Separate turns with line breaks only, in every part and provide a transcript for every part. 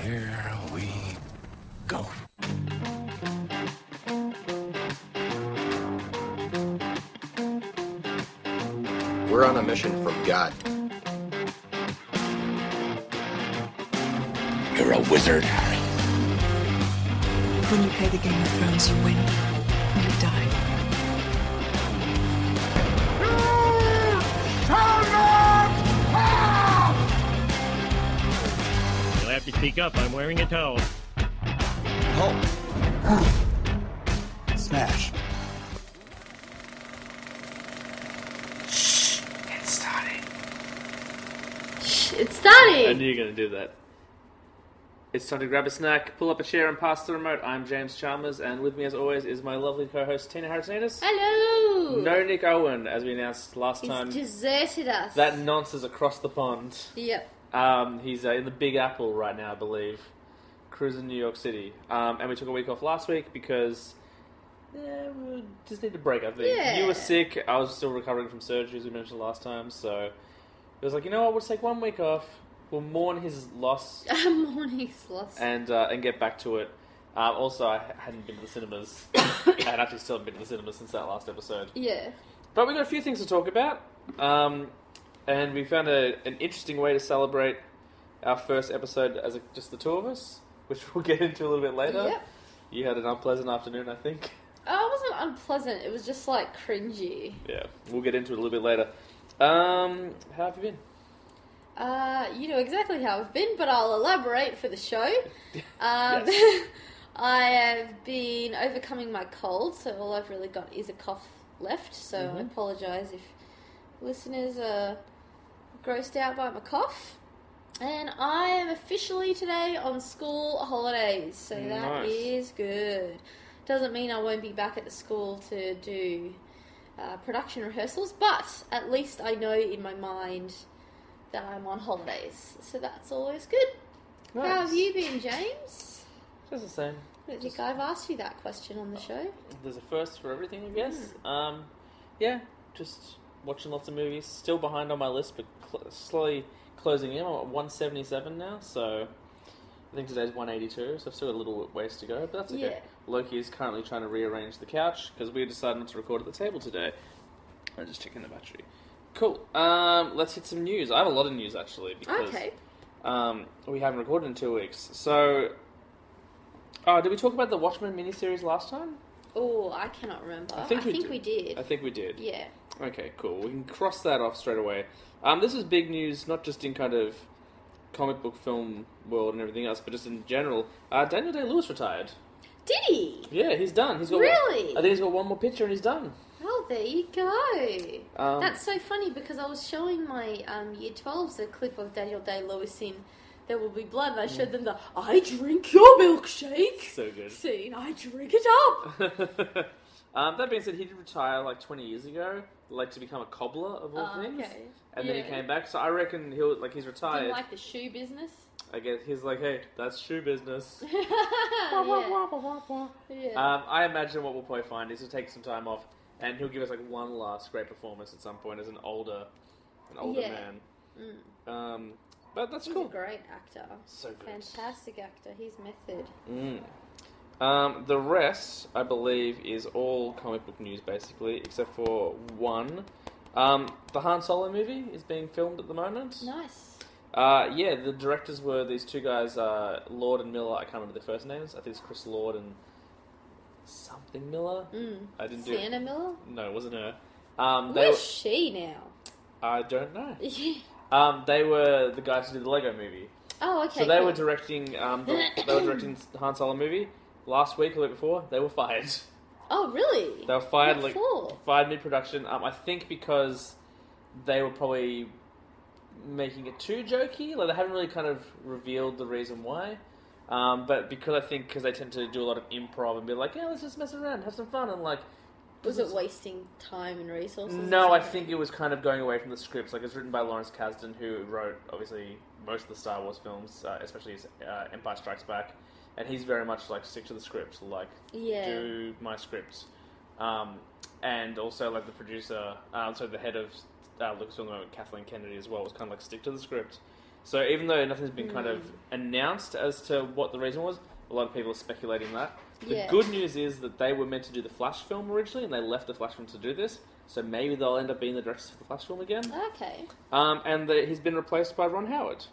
here we go.
We're on a mission from God.
You're a wizard, Harry.
When you play the Game of Thrones, you win or you die.
You'll have to speak up. I'm wearing a towel.
Smash.
It's starting.
I knew you were going to do that. It's time to grab a snack, pull up a chair, and pass the remote. I'm James Chalmers, and with me, as always, is my lovely co-host Tina Harrisonidis.
Hello.
No Nick Owen, as we announced last
He's
time.
deserted us.
That nonce is across the pond.
Yep.
Um, he's uh, in the Big Apple right now, I believe, cruising New York City. Um, and we took a week off last week because eh, we just need a break. I think
Yeah.
you were sick. I was still recovering from surgery, as we mentioned last time. So it was like, you know what? We'll just take one week off. We'll mourn his loss
Morning's lost.
and uh, and get back to it. Um, also, I hadn't been to the cinemas. and actually still haven't been to the cinemas since that last episode.
yeah.
But we got a few things to talk about, um, and we found a, an interesting way to celebrate our first episode as a, just the two of us, which we'll get into a little bit later.
Yep.
You had an unpleasant afternoon, I think.
Oh, it wasn't unpleasant. It was just like cringy.
Yeah, we'll get into it a little bit later. Um, how have you been?
Uh, you know exactly how I've been, but I'll elaborate for the show. Um,
Yes.
I have been overcoming my cold, so all I've really got is a cough left. So
Mm-hmm.
I apologise if listeners are grossed out by my cough. And I am officially today on school holidays, so that
Nice.
is good. Doesn't mean I won't be back at the school to do uh, production rehearsals, but at least I know in my mind that I'm on holidays, so that's always good. How have
Nice.
you been, James?
Just the same.
I don't think I've asked you that question on the show.
There's a first for everything, I guess.
Hmm.
Um, yeah, just watching lots of movies. Still behind on my list, but cl- slowly closing in. I'm at 177 now, so I think today's 182, so I've still got a little ways to go, but that's okay.
Yeah.
Loki is currently trying to rearrange the couch because we decided not to record at the table today. I'm just checking the battery. Cool. Um, let's hit some news. I have a lot of news actually because
Okay.
um, we haven't recorded in two weeks. So, oh, did we talk about the Watchmen miniseries last time?
Oh, I cannot remember. I think, we, did.
I think we did.
Yeah.
Okay, cool. We can cross that off straight away. Um, this is big news, not just in kind of comic book film world and everything else, but just in general. Uh, Daniel Day Lewis retired.
Did he?
Yeah, he's done. He's got
Really?
I think he's got one more picture and he's done.
Oh, there you go.
Um,
That's so funny because I was showing my um, year 12s a clip of Daniel Day Lewis in There Will Be Blood, and I showed them the I drink your milkshake
Mm. so good.
scene. I drink it up.
um, that being said, he did retire like 20 years ago, like to become a cobbler of all
Oh,
things,
okay.
and then he
Yeah.
came back. So I reckon he'll like he's
Didn't
retired.
like the shoe business.
I guess he's like, hey, that's shoe business.
yeah. Yeah.
Um, I imagine what we'll probably find is he'll take some time off, and he'll give us like one last great performance at some point as an older, an older
Yeah. Mm.
man. Um, but that's
He's
cool.
a great actor.
So good.
Fantastic actor. He's method.
Mm. Um, the rest, I believe, is all comic book news basically, except for one. Um, the Han Solo movie is being filmed at the moment.
Nice.
Uh, yeah, the directors were these two guys, uh, Lord and Miller. I can't remember their first names. I think it's Chris Lord and something Miller. Mm. I didn't do.
Sienna Miller?
No, it wasn't her. Um, they
Where's she now?
I don't know. Um, they were the guys who did the Lego Movie.
oh, okay.
So they
cool.
were directing. Um, the, they were directing Han Solo movie last week or the week before. They were fired.
Oh, really?
They were fired
What
like
for?
fired mid production. Um, I think because they were probably making it too jokey. Like they haven't really kind of revealed the reason why. Um, but because I think because they tend to do a lot of improv and be like, yeah, let's just mess around, have some fun, and like.
Was it wasting time and resources? or
No, I
something?
think it was kind of going away from the scripts. Like it's written by Lawrence Kasdan, who wrote obviously most of the Star Wars films, uh, especially his, uh, Empire Strikes Back, and he's very much like stick to the script, like
Yeah.
do my scripts. Um, and also like the uh, producer, uh, so the head of uh, Lucasfilm, Kathleen Kennedy as well, was kind of like stick to the script. So even though nothing's been kind
Hmm.
of announced as to what the reason was, a lot of people are speculating that. The
Yeah.
good news is that they were meant to do the Flash film originally, and they left the Flash film to do this. So maybe they'll end up being the directors for the Flash film again.
Okay.
Um, and that he's been replaced by Ron Howard.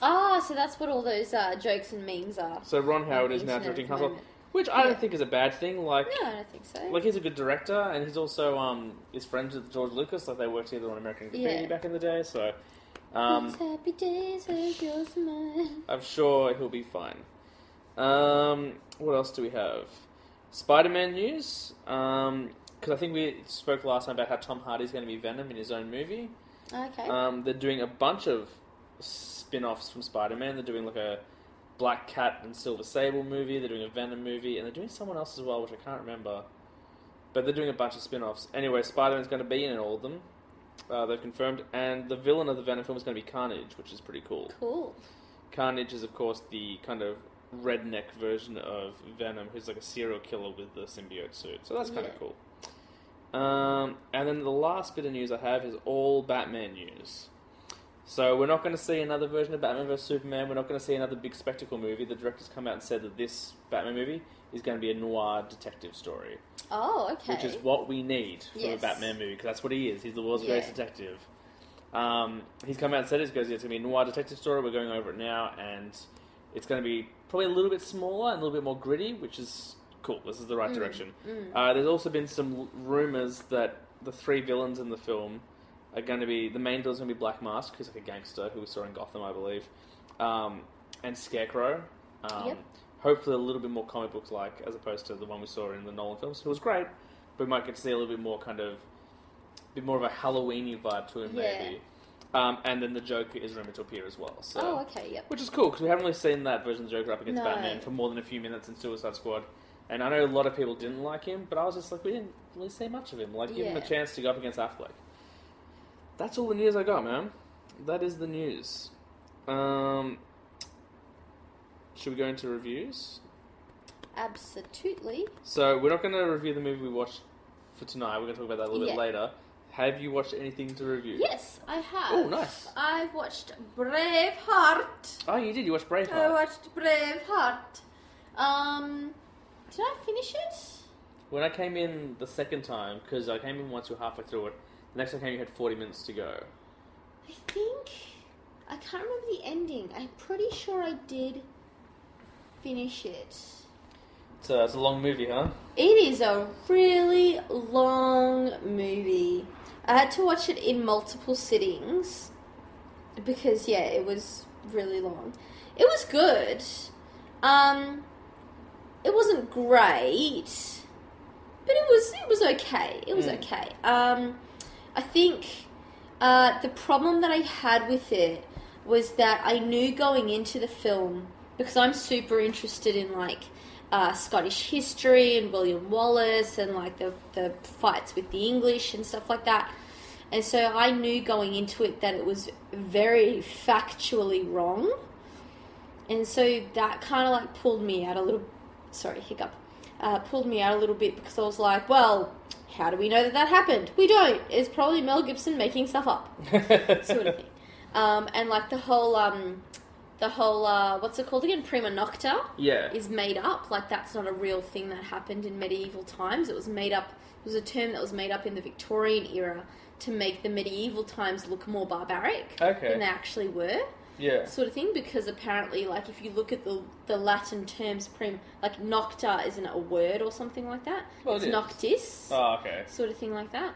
Ah, so that's what all those uh, jokes and memes are.
So Ron Howard is now
internet
directing
at the
Hustle,
moment.
which I
Yeah.
don't think is a bad thing. Like,
No, I don't think so.
like he's a good director, and he's also um, is friends with George Lucas. Like they worked together on American Graffiti
Yeah.
back in the day. So um,
These happy days are yours and mine.
I'm sure he'll be fine. Um, what else do we have? Spider-Man news. Because I think we spoke last time about how Tom Hardy's going to be Venom in his own movie.
Okay.
Um, they're doing a bunch of spin-offs from Spider-Man. They're doing like a Black Cat and Silver Sable movie. They're doing a Venom movie, and they're doing someone else as well, which I can't remember. But they're doing a bunch of spin-offs. Anyway, Spider-Man's going to be in all of them. Uh, they've confirmed, and the villain of the Venom film is going to be Carnage, which is pretty cool.
cool.
Carnage is, of course, the kind of redneck version of Venom, who's like a serial killer with the symbiote suit. So that's kind of
Yeah.
cool. Um, and then the last bit of news I have is all Batman news. So we're not going to see another version of Batman vs Superman. We're not going to see another big spectacle movie. The directors come out and said that this Batman movie is going to be a noir detective story,
Oh, okay.
which is what we need for
Yes.
a Batman movie because that's what he is. He's the world's
Yeah.
greatest detective. Um, he's come out and said it. He goes, "Yeah, "It's going to be a noir detective story. We're going over it now, and it's going to be probably a little bit smaller and a little bit more gritty, which is cool. This is the
Mm,
right direction." Uh, there's also been some l- rumors that the three villains in the film are going to be the main villain's going to be Black Mask, who's like a gangster who we saw in Gotham, I believe, um, and Scarecrow. Um,
Yep.
Hopefully, a little bit more comic book like as opposed to the one we saw in the Nolan films, who was great, but we might get to see a little bit more kind of bit more of a Halloweeny vibe to him,
Yeah.
maybe. Um, and then the Joker is rumored to appear as well. So,
Oh, okay. Yep.
which is cool because we haven't really seen that version of the Joker up against
No.
Batman for more than a few minutes in Suicide Squad. And I know a lot of people didn't like him, but I was just like, we didn't really see much of him. Like, give him a
Yeah.
chance to go up against Affleck. That's all the news I got, man. That is the news. Um, should we go into reviews?
Absolutely.
So we're not going to review the movie we watched for tonight. We're going to talk about that a little
Yeah.
bit later. Have you watched anything to review?
Yes, I have.
Oh, nice.
I've watched Braveheart.
Oh, you did. You watched Braveheart.
I watched Braveheart. Um, did I finish it?
When I came in the second time, because I came in once you were halfway through it, the next time I came you had 40 minutes to go.
I think I can't remember the ending. I'm pretty sure I did finish it.
So it's a long movie, huh?
It is a really long movie. I had to watch it in multiple sittings because yeah, it was really long. It was good. Um it wasn't great, but it was it was okay. It was
Mm.
okay. Um I think uh the problem that I had with it was that I knew going into the film because I'm super interested in like uh, Scottish history and William Wallace and like the the fights with the English and stuff like that. And so I knew going into it that it was very factually wrong. And so that kind of like pulled me out a little, sorry, hiccup, uh, pulled me out a little bit because I was like, well, how do we know that that happened? We don't. It's probably Mel Gibson making stuff up, sort of thing. Um, and like the whole, um, the whole, uh, what's it called again? Prima Nocta
yeah.
is made up. Like that's not a real thing that happened in medieval times. It was made up. It was a term that was made up in the Victorian era to make the medieval times look more barbaric
Okay.
than they actually were,
yeah.
sort of thing. Because apparently, like if you look at the the Latin terms, prim like nocta isn't it a word or something like that?
Well,
it's
it is.
noctis
Oh, okay.
sort of thing like that.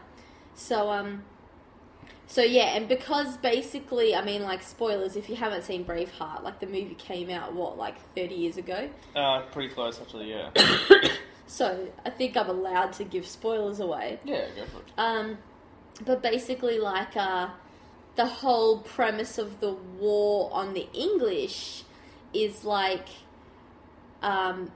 So um so yeah, and because basically, I mean like spoilers if you haven't seen Braveheart, like the movie came out what like 30 years ago.
Uh, pretty close, actually, yeah.
So, I think I'm allowed to give spoilers away.
yeah, go for it.
Um but basically like uh the whole premise of the war on the English is like um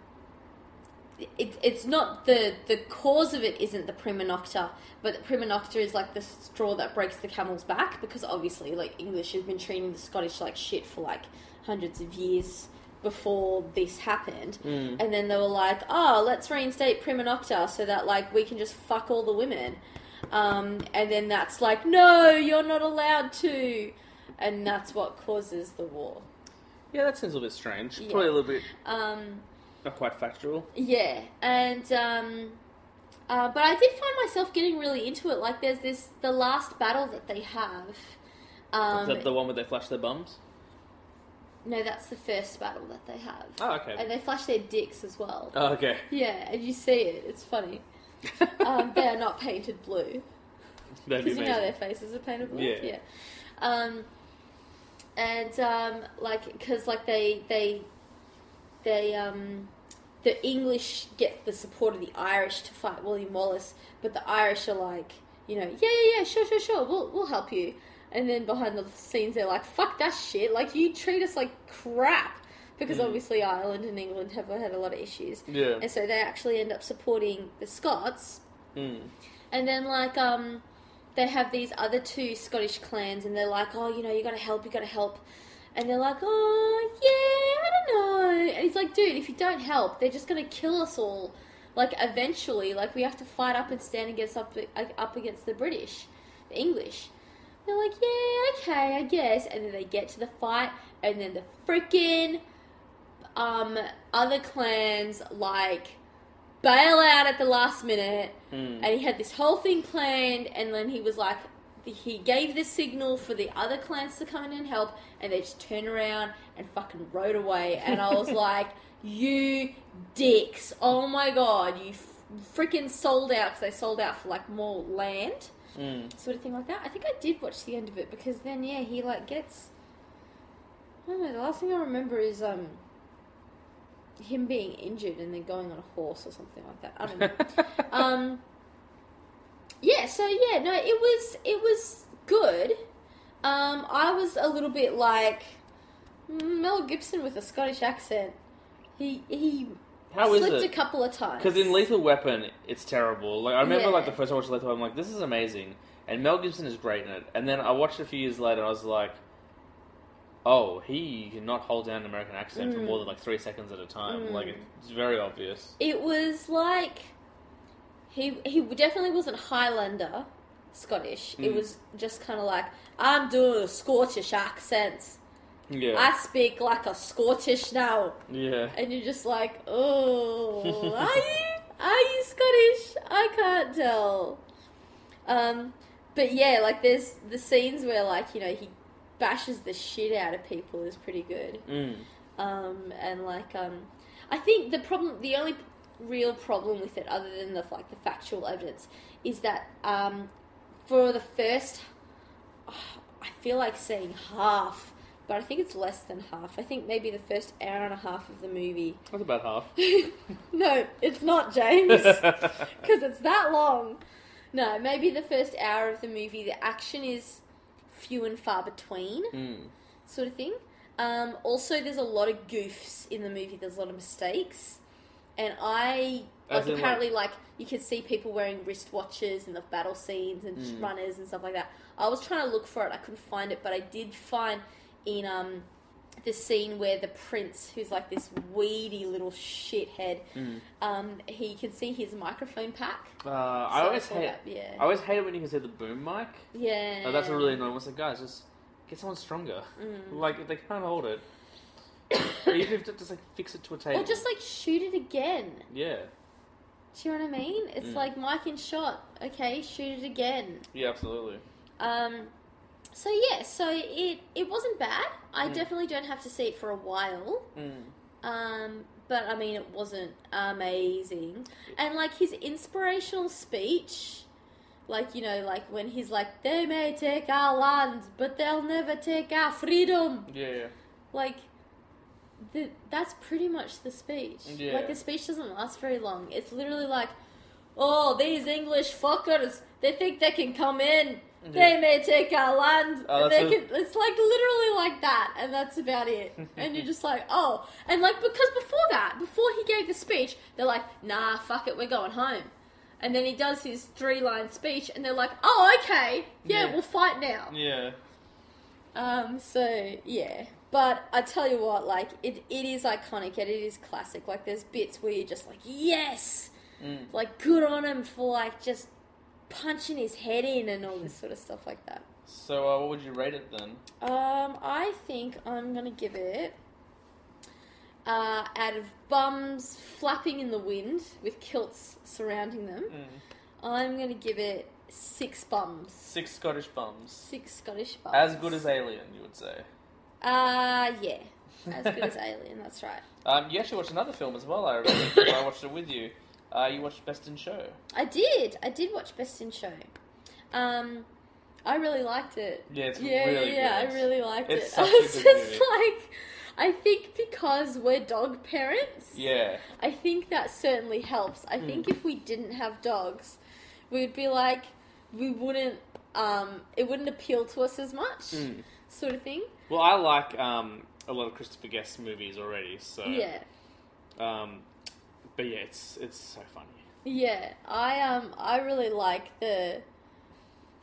it, it's not the the cause of it isn't the prima nocta, but the prima nocta is like the straw that breaks the camel's back because obviously like English have been treating the Scottish like shit for like hundreds of years before this happened, and then they were like, oh, let's reinstate prima nocta so that like we can just fuck all the women, um, and then that's like, no, you're not allowed to. and that's what causes the war.
Yeah, that seems a little bit strange.
Yeah.
Probably a little bit
Um,
not quite factual.
Yeah, and um, uh, but I did find myself getting really into it. Like, there's this the last battle that they have. Um,
the, the one where they flash their bums.
no, that's the first battle that they have.
Oh, okay.
And they flash their dicks as well.
Oh, okay.
Yeah, and you see it. It's funny. um, they are not painted blue
That'd be
because you
amazing.
know their faces are painted blue.
Yeah.
Um, and um, like because like they they they um, the English get the support of the Irish to fight William Wallace, but the Irish are like, you know, yeah, yeah, yeah, sure, sure, sure, we'll we'll help you. And then behind the scenes, they're like, fuck that shit. Like you treat us like crap. Because obviously Ireland and England have had a lot of issues,
Mm. Yeah.
and so they actually end up supporting the Scots
Mm.
and then like um they have these other two Scottish clans and they're like, Oh, you know, you gotta help, you gotta help and they're like, Oh yeah, I don't know and he's like, dude, if you don't help, they're just gonna kill us all like eventually, like we have to fight up and stand against up like, up against the British, the English. They're like, Yeah, okay, I guess and then they get to the fight and then the freaking um other clans like bail out at the last minute and he had this whole thing planned and then he was like he gave the signal for the other clans to come in and help and they just turned around and fucking rode away and i was like you dicks oh my god you freaking sold out because they sold out for like more land
Mm.
sort of thing like that i think i did watch the end of it because then yeah he like gets i don't know the last thing i remember is um him being injured and then going on a horse or something like that i don't know um, yeah, so yeah, no, it was it was good. Um, I was a little bit like "Hmm, Mel Gibson with a Scottish accent. He he
How is
slipped
it?
a couple of times.
Because in Lethal Weapon, it's terrible. Like I remember,
Yeah.
like the first time I watched Lethal Weapon, I'm like, this is amazing, and Mel Gibson is great in it. And then I watched it a few years later, and I was like, oh, he cannot hold down an American accent for
Mm.
more than like three seconds at a time. Like it's very obvious.
it was like he he definitely wasn't Highlander Scottish. It was just kind of like I'm doing a Scottish accent.
Yeah,
I speak like a Scottish now.
yeah.
and you're just like, oh, are you? Are you Scottish? I can't tell. Um, but yeah, like there's the scenes where like you know he bashes the shit out of people is pretty good.
Mm.
Um, and like um, I think the problem, the only real problem with it, other than the like the factual evidence, is that um, for the first, I feel like saying half, but I think it's less than half. I think maybe the first hour and a half of the movie.
That's about half.
no, it's not James, because it's that long. No, maybe the first hour of the movie, the action is few and far between
Mm.
sort of thing. Um, also, there's a lot of goofs in the movie. There's a lot of mistakes, and I
As
like
in,
apparently like, you can see people wearing wristwatches in the battle scenes and
Hmm.
runners and stuff like that. I was trying to look for it. I couldn't find it, but I did find in um, the scene where the prince, who's like this weedy little shithead,
Hmm.
um, he you can see his microphone pack.
Uh, I
So
always
it's all
hate.
that- yeah.
I always hate it when you can say the boom mic.
Yeah, Mm.
Oh, that's a really annoying. It's like, guys, just get someone stronger. Like if they can't hold it, even if it's just like fix it to a table.
Or just like shoot it again.
yeah,
Do you know what I mean? It's like Mike in shot. Okay, shoot it again.
yeah, absolutely.
Um, so yeah, so it it wasn't bad. I definitely don't have to see it for a while.
Mm.
Um, but I mean, it wasn't amazing. And like his inspirational speech, like you know, like when he's like, "They may take our land, but they'll never take our freedom."
Yeah, yeah.
like the, that's pretty much the speech.
Yeah.
Like the speech doesn't last very long. It's literally like, "Oh, these English fuckers, they think they can come in. They may take our land.
Oh,
but
that's
they
a-
can." It's like literally like that, and that's about it. and you're just like, "Oh," and like because before that, before he gave the speech, they're like, "Nah, fuck it, we're going home." And then he does his three-line speech, and they're like, "Oh, okay, yeah,
Yeah.
we'll fight now."
Yeah.
Um, so yeah. But I tell you what, like it, it is iconic and it is classic. Like there's bits where you're just like, yes,
Mm.
like good on him for like just punching his head in and all this sort of stuff like that.
So, uh, what would you rate it then?
Um, I think I'm gonna give it uh, out of bums flapping in the wind with kilts surrounding them.
Mm.
I'm gonna give it six bums,
Six Scottish bums.
six Scottish bums.
As good as Alien, you would say.
Uh, yeah, as good as Alien. That's right.
Um, you actually watched another film as well, I remember. I watched it with you. Uh, you watched Best in Show.
I did. I did watch Best in Show. Um, I really liked it.
Yeah, it's
yeah,
really
yeah,
good.
I really liked
It's
it.
such
I
a
was
good
just
movie.
like, I think because we're dog parents,
Yeah. Mm.
I think that certainly helps. I think if we didn't have dogs, we'd be like, we wouldn't, um, it wouldn't appeal to us as much,
Mm.
sort of thing.
Well, I like um, a lot of Christopher Guest movies already, so.
Yeah.
Um, but yeah, it's it's so funny.
Yeah, I um, I really like the,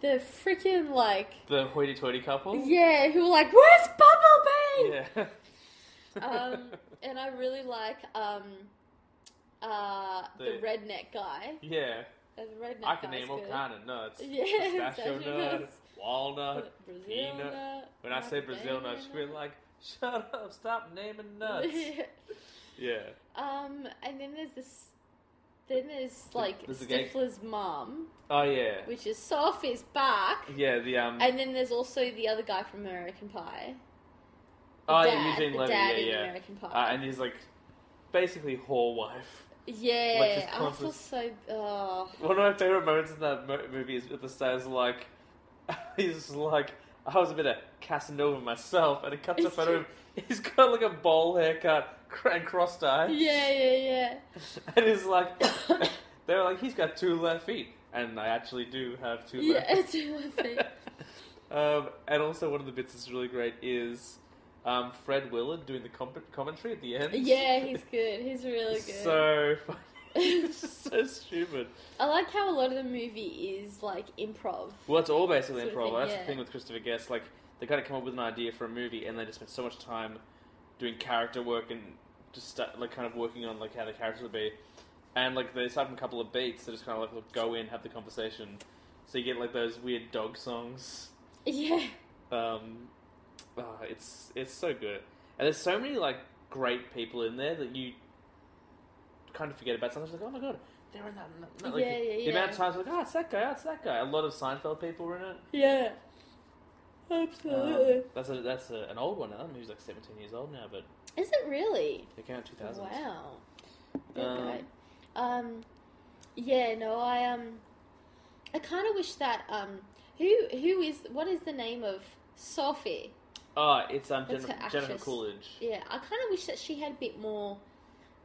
the freaking like,
The hoity-toity couple.
yeah, who were like, where's Bumblebee?
Yeah.
um, and I really like um, uh, the,
The-
redneck guy.
yeah.
Uh, The redneck
I can
guy's
name all
good.
kind of nuts.
Yeah,
Pistachio
pistachio
nut,
nuts.
walnut,
Brazil
peanut.
nut,
When I say Brazil nut,
macadamia
she's been like, "Shut up! Stop naming nuts." yeah.
um, and then there's this. Then there's like
there's a gay-
Stifler's mom,
Oh yeah.
which is Sophie's back.
Yeah. The um.
And then there's also the other guy from American Pie. The
oh,
dad,
Eugene
the
Levy.
dad in
yeah, yeah.
American Pie.
Uh, and he's like, basically whore wife. Like,
Yeah,
just
I feel
constant-
so. Oh,
One of my favorite moments in that mo- movie is at the stairs, like, he's just like, I was a bit of Casanova myself, and it cuts a
It's
photo of him. He's got like a bowl haircut cr- and crossed eye.
yeah, yeah, yeah.
And he's like, they were like, he's got two left feet. And I actually do have two
Yeah,
left
it's really funny.
um, and also, one of the bits that's really great is um, Fred Willard doing the comp- commentary at the end.
Yeah, he's good. He's really good.
So funny. it's just so stupid.
I like how a lot of the movie is like improv.
Well, it's all basically
Sort of
improv.
thing,
That's
yeah.
the thing with Christopher Guest. Like, they kind of come up with an idea for a movie, and they just spend so much time doing character work and just start, like kind of working on like how the characters would be. And like they start from a couple of beats, they just kind of like look, go in, have the conversation. So you get like those weird dog songs.
Yeah,
Um, ah, it's it's so good, and there's so many like great people in there that you kind of forget about. Sometimes like, oh my god, they're in that. that- Like,
Yeah, yeah,
the
yeah.
amount of times like, oh, it's that guy, oh, it's that guy. A lot of Seinfeld people were in it.
yeah,
Um,
absolutely.
that's a, that's a, an old one now. That movie's like 17 years old now, but
is it really?
it came out in 2000.
Wow.
Um,
Um, um, yeah, no, I um, I kind of wish that um, who who is what is the name of Sophie?
Oh, it's um,
That's
Jennifer,
her
Jennifer
actress.
Coolidge.
Yeah, I kind of wish that she had a bit more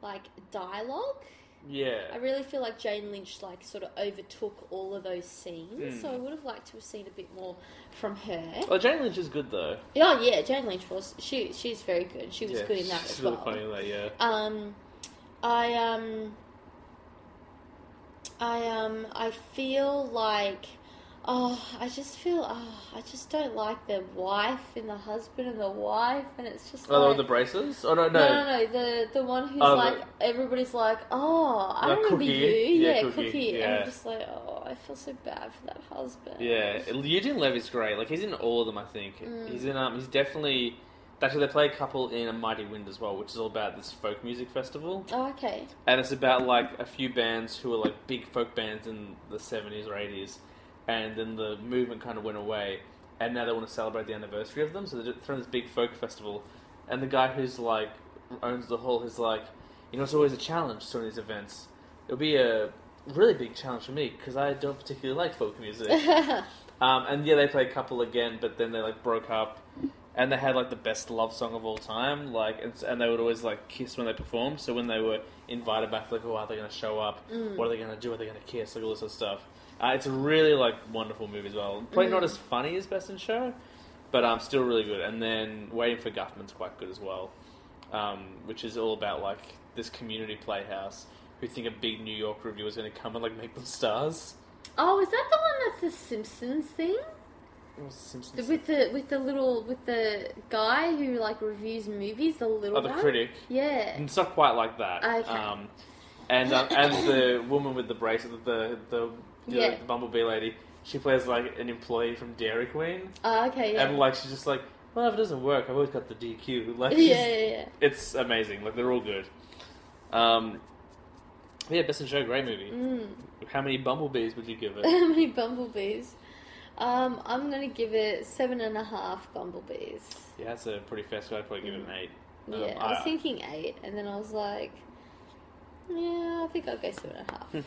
like dialogue. I
Yeah.
really feel like Jane Lynch like sort of overtook all of those scenes,
Mm.
so I would have liked to have seen a bit more from her.
Oh, Jane Lynch is good though.
Oh yeah, Jane Lynch was she she's very good. She was
yeah,
good in that
she's
as
really
well.
funny in that, yeah.
Um I um I um I feel like oh I just feel oh I just don't like the wife and the husband and the wife and it's just
Oh, the one
like
with the braces? Oh no, no.
no, no, no, the the one who's
Oh, the-
like everybody's like, oh, I
Like
remember
Cookie?
you,
Yeah,
yeah,
Cookie,
Cookie, and
yeah.
I'm just like, oh, I feel so bad for that husband.
Yeah, Eugene Levy's great. Like he's in all of them, I think. He's in um, he's definitely. Actually, they play a couple in A Mighty Wind as well, which is all about this folk music festival,
Oh, okay.
and it's about like a few bands who were like big folk bands in the seventies or eighties, and then the movement kind of went away, and now they want to celebrate the anniversary of them, so they're throwing this big folk festival, and the guy who's like owns the hall is like, you know, it's always a challenge to these events. It'll be a really big challenge for me because I don't particularly like folk music. Um, and yeah, they played couple again, but then they like broke up, and they had like the best love song of all time. Like, and, and they would always like kiss when they performed. So when they were invited back, like, oh, are they going to show up? What are they going to do? Are they going to kiss? Like all this sort of stuff. Uh, it's a really like wonderful movie as well. Probably not as funny as Best in Show, but um, still really good. And then Waiting for Guffman's quite good as well, um, which is all about like this community playhouse who think a big New York reviewer is going to come and like make them stars.
Oh, is that the one that's the Simpsons thing
It was Simpsons.
The- with the with the little with the guy who like reviews movies, the little
Oh, the
one?
critic. Mm.
Yeah.
It's not quite like that.
Okay.
Um, and um, and the woman with the bracelet, the the, the,
Yeah.
the bumblebee lady, she plays like an employee from Dairy Queen,
Oh, okay, yeah.
and like she's just like, well, if it doesn't work, I've always got the DQ. Like,
yeah,
she's-
yeah, yeah.
it's amazing. Like they're all good. Um, yeah, best in show, great movie.
Mm.
How many bumblebees would you give it?
How many bumblebees? Um, I'm gonna give it seven and a half bumblebees.
yeah, that's a pretty fair score. I'd probably give it an eight. Um,
yeah, I was
I-
thinking eight, and then I was like, yeah, I think I'll go seven and a half.
Hmm.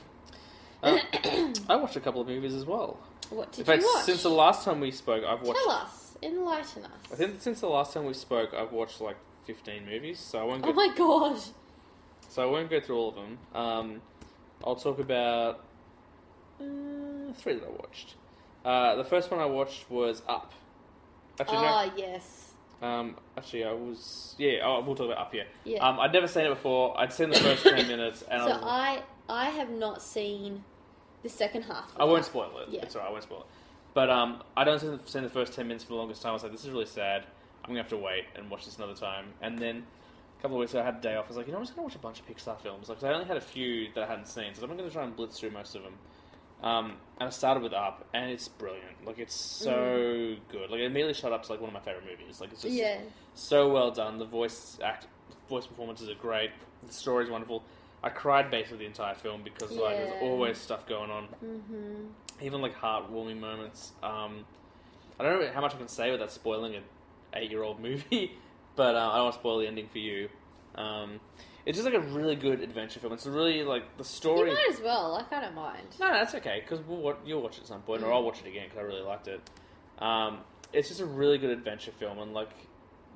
Uh, I watched a couple of movies as well.
What did
In fact,
you watch?
since the last time we spoke, I've watched.
Tell us, enlighten us.
I think since the last time we spoke, I've watched like fifteen movies, so I won't. Go,
oh my god!
So I won't go through all of them. Um, I'll talk about uh, three that I watched. Uh, the first one I watched was Up. Actually, no,
Ah, yes.
Um, actually, I was yeah. Oh, we'll talk about up here.
Yeah.
Um, I'd never seen it before. I'd seen the first ten minutes, and I,
So
was, I,
I, I have not seen the second half. of
won't
that.
spoil it.
Yeah.
It's alright. I won't spoil it. But um, I don't seen the, seen the first ten minutes for the longest time. I was like, this is really sad. I'm gonna have to wait and watch this another time. And then a couple of weeks ago, I had a day off. I was like, you know, I'm just gonna watch a bunch of Pixar films. Like, 'cause I only had a few that I hadn't seen, so I'm gonna try and blitz through most of them. Um, and I started with Up, and it's brilliant. Like, it's so good. Like, it immediately shot up to like one of my favorite movies. Like, it's just
Mm. Yeah.
so well done. The voice act, voice performances are great. The story's wonderful. I cried basically the entire film because like there's
Yeah.
always stuff going on, mm-hmm. even like heartwarming moments. Um, I don't know how much I can say without spoiling an eight-year-old movie, but uh, I don't want to spoil the ending for you. Um, it's just like a really good adventure film. It's really like the
You
story.
might as well. Like I don't mind.
No, no, that's okay because we'll wa- you'll watch it at some point, or I'll watch it again because I really liked it. Um, it's just a really good adventure film, and like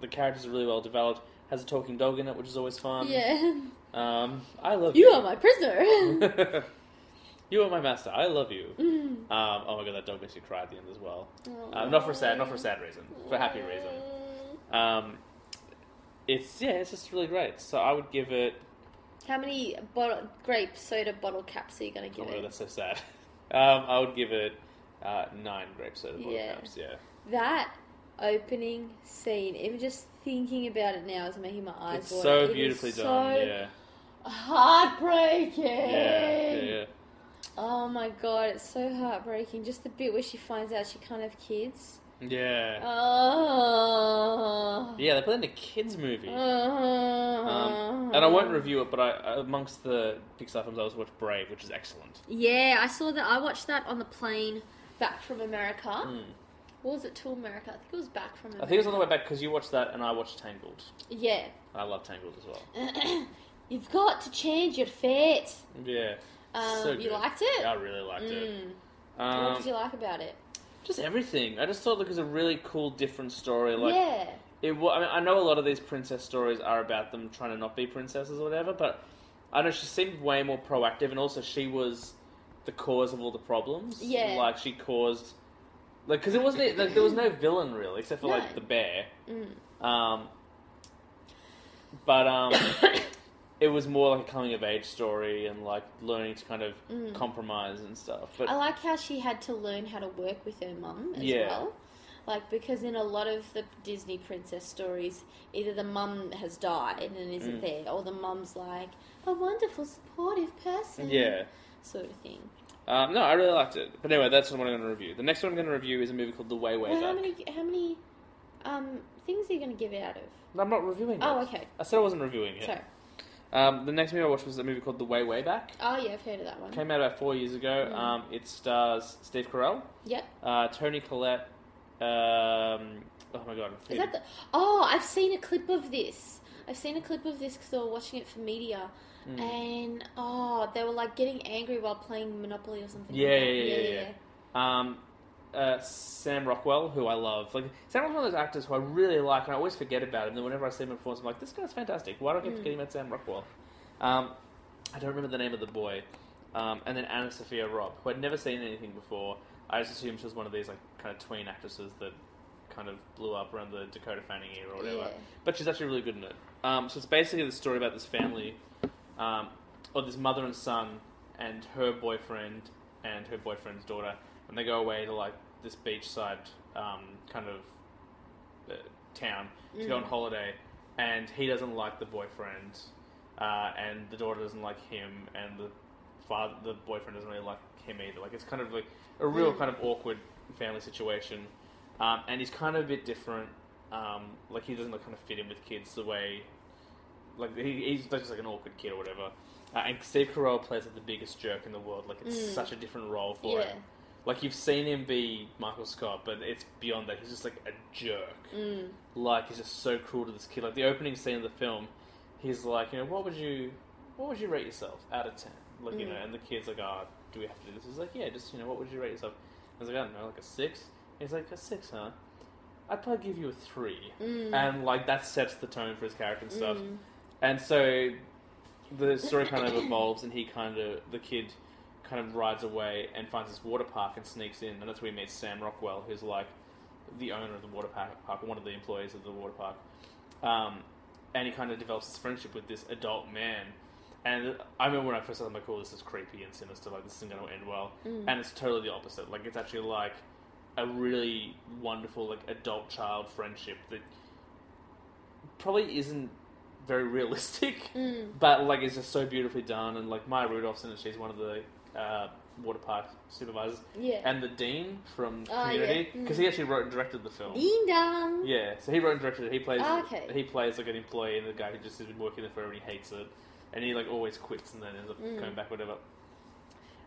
the characters are really well developed. Has a talking dog in it, which is always fun.
yeah.
Um, I love you.
You are my prisoner.
my. you are my master. I love you.
Mm.
Um, oh my god, that dog makes you cry at the end as well. Um, not for sad, not for sad reason, for happy reason.
Mm.
Um, it's yeah, it's just really great. So I would give it.
How many bottle, grape soda bottle caps are you going to
Oh
give
my god,
it?
that's so sad. Um, I would give it uh, nine grape soda bottle
Yeah.
caps. Yeah.
That opening scene, even just thinking about it now, is making my eyes
It's
water.
so
It is
beautifully done.
so
Yeah.
Heartbreaking.
yeah, yeah, yeah.
Oh my god, it's so heartbreaking. Just the bit where she finds out she can't have kids.
Yeah.
Oh.
Yeah, they put it in a kids movie. Um,
Um,
and I won't review it, but I amongst the Pixar films I also watched Brave, which is excellent.
Yeah, I saw that. I watched that on the plane back from America. Or was it to America? I think it was back from America.
Hmm. I think it was on the way back because you watched that and I watched Tangled.
Yeah.
I love Tangled as well.
You've got to change your fate.
Yeah.
Um, you
good.
liked it?
Yeah, I really liked it.
Mm. what
Um,
did you like about it?
just everything. I just thought like, it was a really cool, different story. Like,
yeah.
It wa I, mean, I know a lot of these princess stories are about them trying to not be princesses or whatever, but I know she seemed way more proactive, and also she was the cause of all the problems.
Yeah.
like she caused, like because it wasn't e, like there was no villain really, except for like
No. Mm.
the bear. Um, but um, it was more like a coming of age story and like learning to kind of compromise and stuff. But
Mm. I like how she had to learn how to work with her mum as
Yeah.
well. Like, because in a lot of the Disney princess stories, either the mum has died and isn't
Hmm.
there, or the mum's like a wonderful, supportive person.
yeah.
Sort of thing.
Um, no, I really liked it. But anyway, that's not what I'm going to review. The next one I'm going to review is a movie called The Way Way
Well,
Back.
how many, how many um, things are you going to give it out of?
No, I'm not reviewing it.
Oh, okay.
I said I wasn't reviewing it.
Sorry.
Um, the next movie I watched was a movie called The Way Way Back.
Oh, yeah, I've heard of that one.
Came out about four years ago.
Mm-hmm.
Um, it stars Steve Carell,
Yep.
uh, Tony Collette. Um, oh my god, I'm
Is that the? Oh, I've seen a clip of this. I've seen a clip of this because they were watching it for media,
Mm.
and oh, they were like getting angry while playing Monopoly or something.
Yeah,
like
yeah,
that.
yeah, yeah. yeah. Um, uh, Sam Rockwell, who I love. Like Sam Rockwell's one of those actors who I really like, and I always forget about him. Then whenever I see him in films, I'm like, this guy's fantastic. Why do I keep
Mm.
forgetting about Sam Rockwell? Um, I don't remember the name of the boy. Um, and then Anna Sophia Robb, who I'd never seen anything before. I just assumed she was one of these like kind of tween actresses that kind of blew up around the Dakota Fanning era or whatever.
Yeah.
But she's actually really good in it. Um, so it's basically the story about this family, um, or this mother and son, and her boyfriend and her boyfriend's daughter, and they go away to like this beachside um, kind of uh, town to go on holiday, and he doesn't like the boyfriend, uh, and the daughter doesn't like him, and the father, the boyfriend doesn't really like him either. Like it's kind of like a real kind of awkward family situation, um, and he's kind of a bit different. Um, like he doesn't like, kind of fit in with kids the way, like he, he's just like an awkward kid or whatever. Uh, and Steve Carell plays like the biggest jerk in the world. Like it's such a different role for
Yeah.
him. Like you've seen him be Michael Scott, but it's beyond that. He's just like a jerk. Like he's just so cruel to this kid. Like the opening scene of the film, he's like, you know, what would you, what would you rate yourself out of ten? Like you know, and the kid's like, ah, do we have to do this? He's like, yeah, just you know, what would you rate yourself? I was like, I don't know, like a six. He's like, a six, huh? I'd probably give you a three, and like that sets the tone for his character and stuff. And so the story kind of evolves, and he kind of the kid kind of rides away and finds this water park and sneaks in, and that's where he meets Sam Rockwell, who's like the owner of the water park, park one of the employees of the water park. Um, and he kind of develops this friendship with this adult man. And I remember when I first saw it, I'm like, "Oh, this is creepy and sinister. Like, this isn't going to end well."
Mm.
And it's totally the opposite. Like, it's actually like a really wonderful like adult child friendship that probably isn't very realistic,
Mm.
but like it's just so beautifully done. And like Maya Rudolph's in it; she's one of the uh, water park supervisors,
Yeah.
and the dean from
Oh, yeah.
Community because he actually wrote and directed the film.
Ding dong.
Yeah, so he wrote and directed it. He plays
Ah, okay.
he plays like an employee and the guy who just has been working there forever and he hates it. And he like always quits and then ends up
Mm.
coming back, whatever.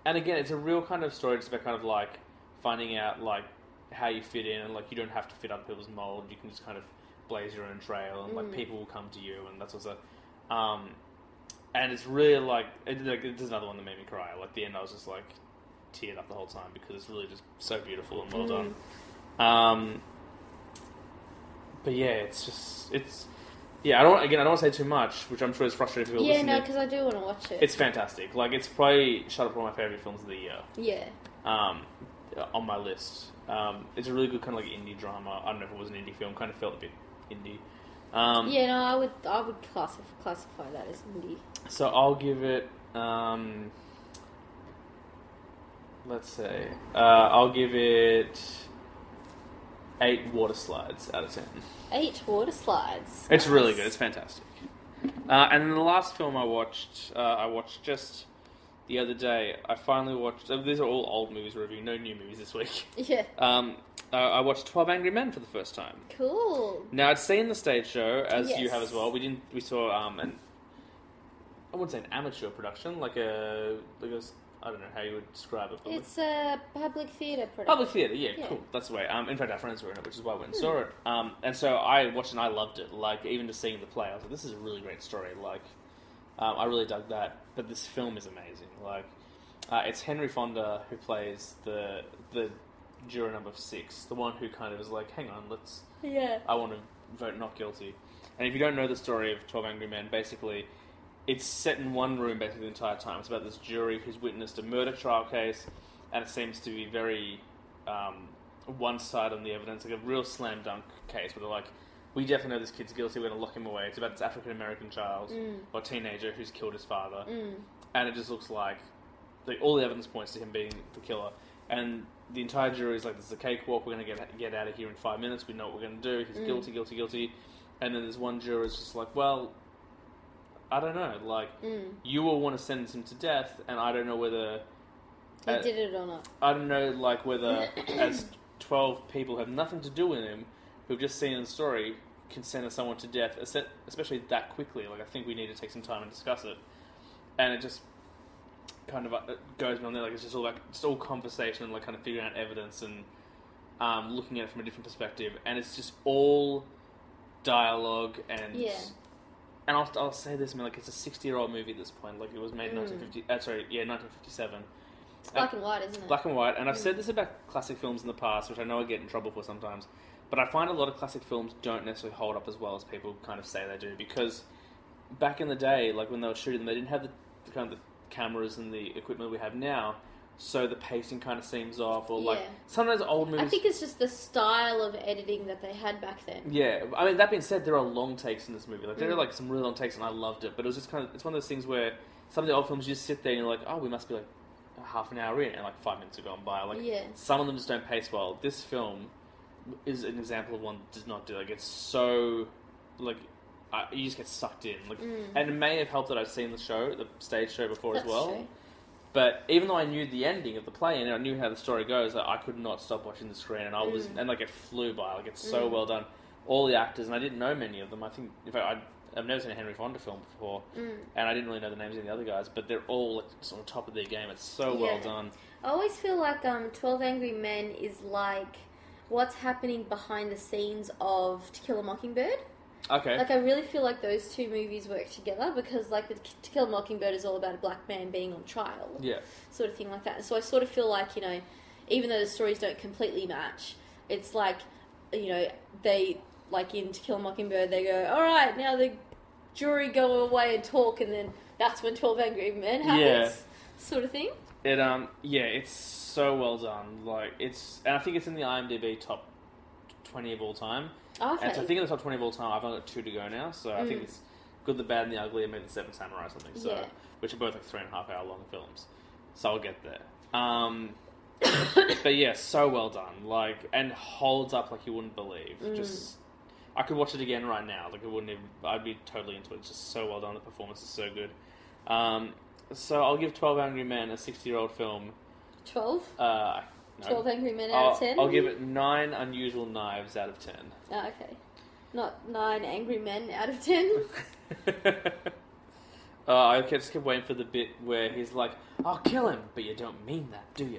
And again, it's a real kind of story just about kind of like finding out like how you fit in and like you don't have to fit other people's mold, you can just kind of blaze your own trail and
Mm.
like people will come to you and that's also um and it's really like it, like it's another one that made me cry. Like the end I was just like teared up the whole time because it's really just so beautiful and well
Mm.
done. Um but yeah, it's just it's yeah. I don't again. I don't want to say too much, which I'm sure is frustrating for people
Yeah, no,
listening.
because I do want to watch it.
it's fantastic. Like it's probably shut up one of my favorite films of the year.
yeah.
Um, on my list. Um, it's a really good kind of like indie drama. I don't know if it was an indie film. Kind of felt a bit indie. Um,
Yeah, no, I would I would classify, classify that as indie.
So I'll give it. Um, let's say uh, I'll give it eight water slides out of ten.
Eight water slides.
It's really good. It's fantastic. Uh, and then the last film I watched, uh, I watched just the other day. I finally watched. Uh, these are all old movies review. No new movies this week.
Yeah.
Um, uh, I watched Twelve Angry Men for the first time.
Cool.
Now I'd seen the stage show as you
Yes.
have as well. We didn't. We saw um, an I wouldn't say an amateur production, like a like a s- I don't know how you would describe it. But like-
It's a public theatre production.
Public theatre, yeah,
Yeah. Hmm.
cool. That's the way. Um, in fact, our friends were in it, which is why I went and saw it. Um, and so I watched and I loved it. Like, even just seeing the play, I was like, this is a really great story. Like, um, I really dug that. But this film is amazing. Like, uh, it's Henry Fonda who plays the the juror number six, the one who kind of is like, hang on, let's
Yeah.
I want to vote not guilty. And if you don't know the story of Twelve Angry Men, basically, it's set in one room basically the entire time. It's about this jury who's witnessed a murder trial case, and it seems to be very um, one side on the evidence, like a real slam dunk case where they're like, "We definitely know this kid's guilty. We're going to lock him away." It's about this African American child or teenager who's killed his father, and it just looks like like all the evidence points to him being the killer, and the entire jury is like, "This is a cakewalk. We're going to get get out of here in five minutes. We know what we're going to do. He's guilty, guilty, guilty." And then there's one juror's just like, "Well, I don't know. Like, you will want to sentence him to death, and I don't know whether
He
uh,
did it or not.
I don't know, like whether as twelve people who have nothing to do with him, who've just seen the story, can sentence someone to death, es- especially that quickly. Like I think we need to take some time and discuss it. And it just kind of uh, goes on there, like it's just all like it's all conversation and like kind of figuring out evidence and um, looking at it from a different perspective. And it's just all dialogue and
Yeah.
and I'll, I'll say this, man, like it's a sixty-year-old movie at this point. Like it was made in nineteen fifty. Uh, sorry, yeah, nineteen fifty-seven.
It's black and white, isn't it?
uh, Black and white, and I've said this about classic films in the past, which I know I get in trouble for sometimes, but I find a lot of classic films don't necessarily hold up as well as people kind of say they do because back in the day, like when they were shooting them, they didn't have the, the kind of the cameras and the equipment we have now, so the pacing kind of seems off, or like
Yeah.
sometimes old
I
movies.
think it's just the style of editing that they had back then.
Yeah, I mean that being said, there are long takes in this movie. Like there
Mm.
are like some really long takes, and I loved it. But it was just kind of it's one of those things where some of the old films you just sit there and you're like, oh, we must be like half an hour in, and like five minutes have gone by. Like
Yeah.
some of them just don't pace well. This film is an example of one that does not do. Like it's so like uh, I, you just get sucked in. Like and it may have helped that I've seen the show, the stage show before
Mm. That's
as well.
true.
But even though I knew the ending of the play and I knew how the story goes, I I could not stop watching the screen, and I was and like it flew by. Like it's so well done, all the actors, and I didn't know many of them. I think in fact I. I've never seen a Henry Fonda film before, and I didn't really know the names of the other guys, but they're all like, just on top of their game. It's so well
Yeah.
done.
I always feel like um, Twelve Angry Men is like what's happening behind the scenes of To Kill a Mockingbird.
Okay.
Like I really feel like those two movies work together because like the To Kill a Mockingbird is all about a black man being on trial,
Yeah.
sort of thing like that. So I sort of feel like you know, even though the stories don't completely match, it's like you know they like in To Kill a Mockingbird they go all right now the jury go away and talk and then that's when Twelve Angry Men happens,
Yeah.
sort of thing.
It um yeah, it's so well done. Like it's and I think it's in the IMDb top twenty of all time.
Okay. Mm.
And so I think in the top twenty of all time, I've only got two to go now. So I think it's Good, the Bad, and the Ugly, and maybe the Seven Samurai or something. So
Yeah.
which are both like three and a half hour long films. So I'll get there. Um, but yeah, so well done. Like and holds up like you wouldn't believe.
Mm.
Just I could watch it again right now. Like it wouldn't even. I'd be totally into it. It's just so well done. The performance is so good. Um, so I'll give Twelve Angry Men a sixty-year-old film.
12?
Uh, no.
12 Angry Men out
I'll,
of 10?
I'll give it nine unusual knives out of ten.
Ah, okay. Not 9 Angry Men out of 10?
uh, I kept- just kept waiting for the bit where he's like, "I'll kill him," but you don't mean that, do you? Do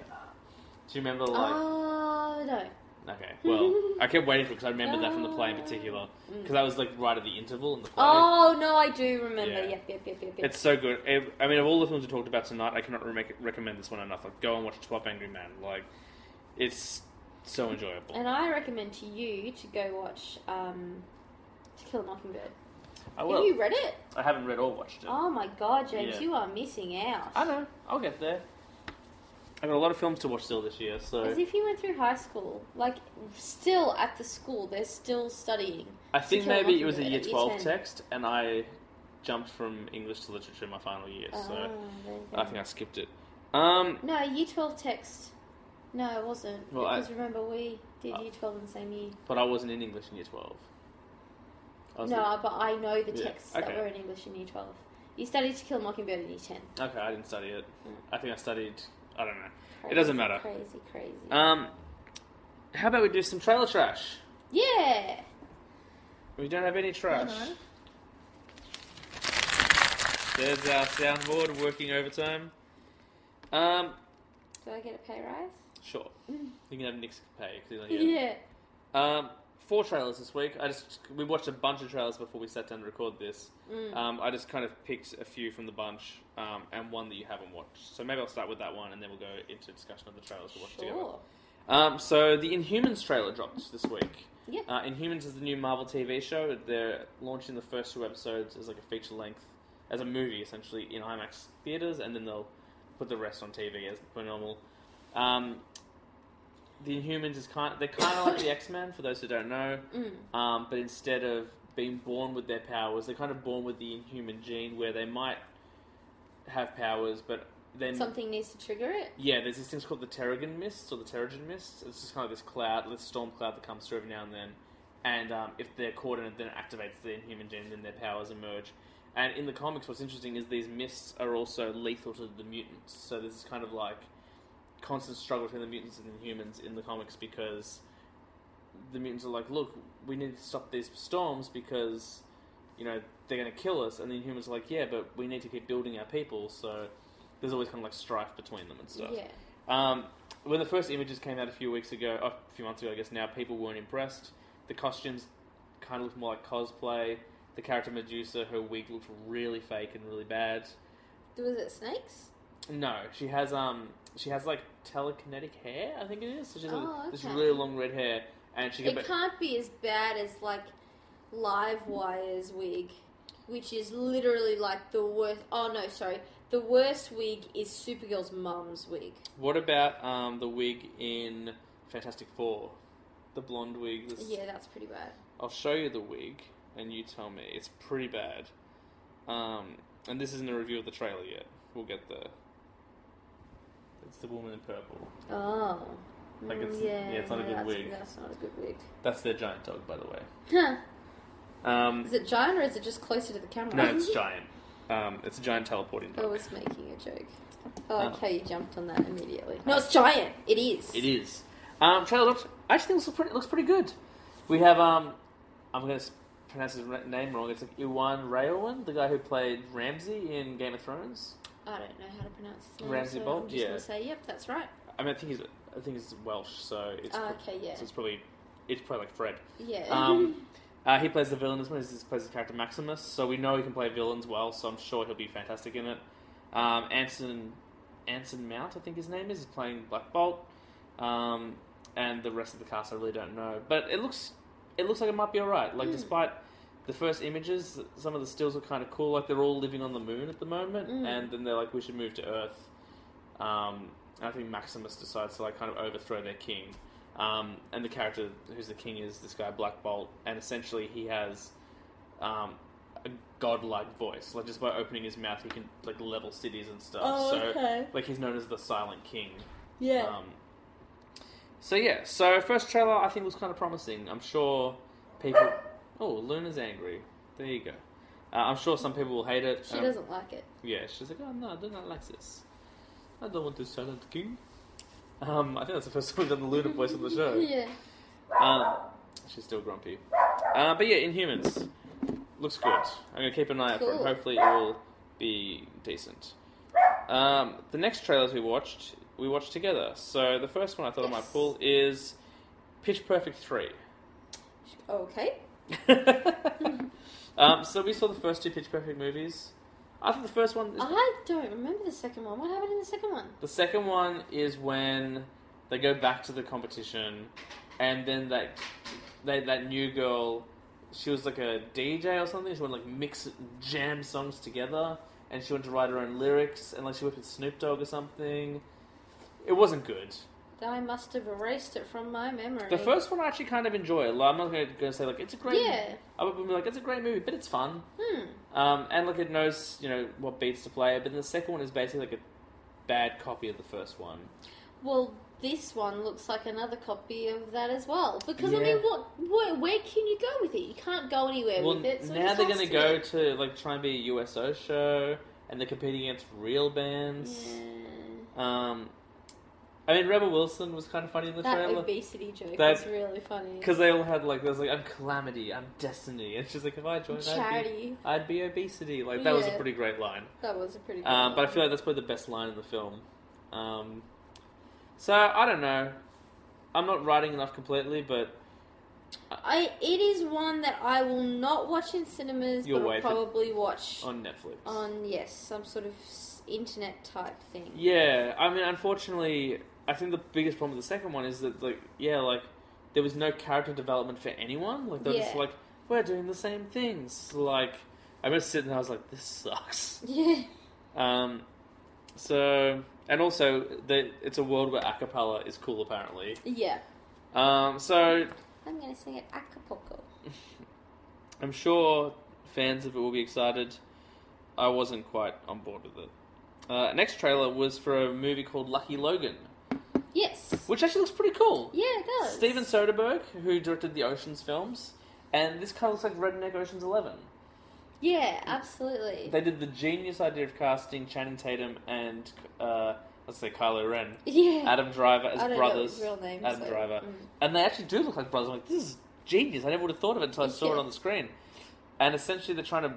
you remember? Like,
Oh, no.
okay, well, I kept waiting for because I remembered that from the play in particular because that was like right at the interval in the play.
Mm. Oh, no, I do remember.
Yeah.
Yep, yep, yep, yep, yep.
It's so good. It- I mean, of all the films we talked about tonight, I cannot re- recommend this one enough. Like, go and watch Twelve Angry Men. Like, it's so enjoyable.
And I recommend to you to go watch um, To Kill a Mockingbird.
I
Have you read it?
I haven't read or watched it.
Oh my god, James,
Yeah.
you are missing out.
I know. I'll get there. I've got a lot of films to watch still this year, so
As if you went through high school. Like, still at the school, they're still studying.
I think
To Kill a
maybe it was a
Mockingbird
year
at
12
10.
text, and I jumped from English to literature in my final year,
Oh,
so
there you
I
go.
think I skipped it. Um,
No, year 12 text. No, it wasn't.
Well, I-
because remember, we did
Uh,
year 12 in the same year.
but I wasn't in English in year 12. I was
No, but I know the
Yeah,
texts
okay.
that were in English in year 12. You studied To Kill a Mockingbird in year 10.
in- okay, I didn't study it. I think I studied. I don't know.
Crazy,
it doesn't matter.
Crazy, crazy.
Um, how about we do some trailer trash?
yeah!
We don't have any trash. There's our soundboard working overtime. Um,
Do I get a pay rise?
Sure. You can have Nick's pay because he's not
Mm. Yeah.
here. Um, four trailers this week. I just we watched a bunch of trailers before we sat down to record this. Um, I just kind of picked a few from the bunch um, and one that you haven't watched. So maybe I'll start with that one and then we'll go into discussion of the trailers we watched together.
Sure.
Um, so the Inhumans trailer dropped this week.
Yeah.
Uh, Inhumans is the new Marvel TV show. They're launching the first two episodes as like a feature length, as a movie essentially in IMAX theaters, and then they'll put the rest on TV as per normal. Um, the Inhumans is kind. They're kind of like the X Men for those who don't know. Um, but instead of being born with their powers, they're kind of born with the Inhuman gene, where they might have powers, but then
Something needs to trigger it.
yeah, there's these things called the Terrigen Mists or the Terrigen Mists. It's just kind of this cloud, this storm cloud that comes through every now and then. And um, if they're caught in it, then it activates the Inhuman Gene, then their powers emerge. And in the comics, what's interesting is these mists are also lethal to the mutants. So this is kind of like constant struggle between the mutants and the humans in the comics because the mutants are like, look, we need to stop these storms because, you know, they're going to kill us. And the humans are like, yeah, but we need to keep building our people. So there's always kind of like strife between them and stuff.
Yeah.
Um, when the first images came out a few weeks ago, a few months ago, I guess now, people weren't impressed. The costumes kind of looked more like cosplay. The character Medusa, her wig looked really fake and really bad.
Was it snakes?
No, she has um, she has like telekinetic hair. I think it is. So she's like,
Oh,
this
okay.
really long red hair, and she can.
It can't be as bad as, like, Live Wire's wig, which is literally, like, the worst. Oh, no, sorry. The worst wig is Supergirl's mum's wig.
What about um, the wig in Fantastic Four? The blonde wig. This...
Yeah, that's pretty bad.
I'll show you the wig, and you tell me. It's pretty bad. Um, and this isn't a review of the trailer yet. We'll get there. It's the woman in purple.
Oh.
Like, it's-
Mm, yeah,
yeah, it's not a
no,
good
that's,
wig. Mm.
That's not a good wig.
That's their giant dog, by the way.
Huh.
Um,
Is it giant or is it just closer to the camera?
no, it's giant. Um, it's a giant teleporting
I
dog.
was making a joke. Oh,
Ah.
okay, you jumped on that immediately. No, it's giant. It is.
It is. Um, trailer looks. I actually think this looks pretty, looks pretty good. We have. Um, I'm going to pronounce his ra- name wrong. It's like Iwan Railwan, the guy who played Ramsey in Game of Thrones.
I don't know how to pronounce his name.
Ramsay
so
Bolt,
I'm just
yeah.
gonna say, yep, that's right.
I mean, I think he's. I think he's Welsh, so it's.
Ah,
pro-
okay, yeah.
So it's probably. It's probably like Fred.
Yeah.
Um, uh, he plays the villain. This one is he plays the character Maximus, so we know he can play villains well. So I'm sure he'll be fantastic in it. Um, Anson Anson Mount, I think his name is, is playing Black Bolt, um, and the rest of the cast I really don't know. But it looks it looks like it might be all right. Like despite the first images, some of the stills were kind of cool. Like they're all living on the moon at the moment,
Mm.
and then they're like, we should move to Earth. Um, and I think Maximus decides to like kind of overthrow their king. Um, and the character who's the king is this guy Black Bolt, and essentially he has um, a godlike voice. Like just by opening his mouth, he can like level cities and stuff.
Oh,
so
okay.
like he's known as the Silent King.
yeah.
Um, so yeah, so first trailer I think was kind of promising. I'm sure people. Oh, Luna's angry. There you go. Uh, I'm sure some people will hate it.
she
Um,
doesn't like it.
Yeah, she's like, oh no, I do not like this. I don't want the Silent King. Um, I think that's the first time we've done the Luna voice on the show.
Yeah.
Um, she's still grumpy. Uh, but yeah, Inhumans looks good. I'm gonna keep an eye out for
Cool.
it. Hopefully, it will be decent. Um, the next trailers we watched, we watched together. So the first one I thought I might
Yes.
pull is Pitch Perfect Three.
Okay.
um, so we saw the first two Pitch Perfect movies. I think the first one, is,
I don't remember the second one. What happened in the second one?
the second one is when they go back to the competition, and then that they, that new girl, she was like a DJ or something. She wanted to like mix jam songs together, and she wanted to write her own lyrics, and like she worked with Snoop Dogg or something. It wasn't good.
I must have erased it from my memory.
The first one I actually kind of enjoy. Like, I'm not going to say like it's a great.
Yeah.
I would be like it's a great movie, but it's fun.
Hmm.
Um, and like it knows you know what beats to play, but then the second one is basically like a bad copy of the first one.
Well, this one looks like another copy of that as well. Because I
Yeah.
mean, what? Where, where can you go with it? You can't go anywhere
Well,
with it. So it
now
just
they're
has
going to
to
go
be-
to like try and be a USO show, and they're competing against real bands.
Yeah.
Um, I mean, Rebel Wilson was kind of funny in the
That
trailer
obesity joke
That-
is really funny.
because they all had like there's like I'm Calamity, I'm Destiny, and she's like if I joined, I'd be,
Charity.
I'd be obesity. Like that was a
Yeah.
pretty great line.
That was a pretty. Good
Um, but I
one.
feel like that's probably the best line in the film. Um, so I don't know. I'm not writing enough completely, but
I it is one that I will not watch in cinemas,
You'll
but
wait
I'll
for-
probably watch on,
on Netflix.
yes some sort of s- internet type thing.
Yeah, I mean, unfortunately, I think the biggest problem with the second one is that, like, yeah, like, there was no character development for anyone. Like, they're just
Yeah.
like, we're doing the same things. Like, I remember sitting there, I was like, this sucks.
Yeah,
Um, so, and also, the, it's a world where acapella is cool, apparently.
yeah.
Um, so,
I'm gonna sing it Acapulco.
I'm sure fans of it will be excited. I wasn't quite on board with it. Uh, next trailer was for a movie called Lucky Logan,
Yes.
which actually looks pretty cool.
Yeah, it does.
Steven Soderbergh, who directed the Ocean's films, and this kind of looks like Redneck Ocean's Eleven.
Yeah, absolutely.
They did the genius idea of casting Channing Tatum and uh, let's say Kylo Ren,
yeah.
Adam Driver as
I don't know
brothers.
his real name.
Adam
so-
Driver,
Mm.
and they actually do look like brothers. I'm like, this is genius. I never would have thought of it until I saw it
Yeah.
on the screen. And essentially, they're trying to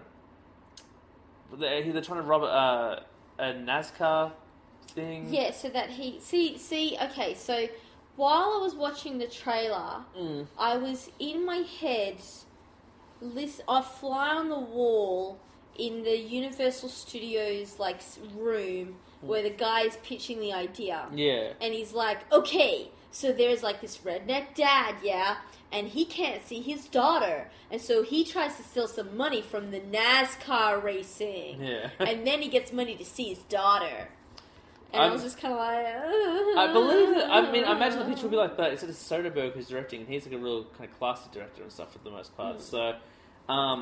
they're, they're trying to rob a, a NASCAR thing.
Yeah, so that he see see okay. So while I was watching the trailer,
Mm.
I was in my head, list I fly on the wall in the Universal Studios like s- room where the guy is pitching the idea,
Mm. Yeah.
and he's like, okay, so there's like this redneck dad, yeah, and he can't see his daughter, and so he tries to steal some money from the NASCAR racing,
Yeah.
and then he gets money to see his daughter. And i
I'm-
was just kind of like,
I believe it. I mean, I imagine the picture will be like that. Instead of Soderbergh who's directing, and he's like a real kind of classy director and stuff for the most part. So, um,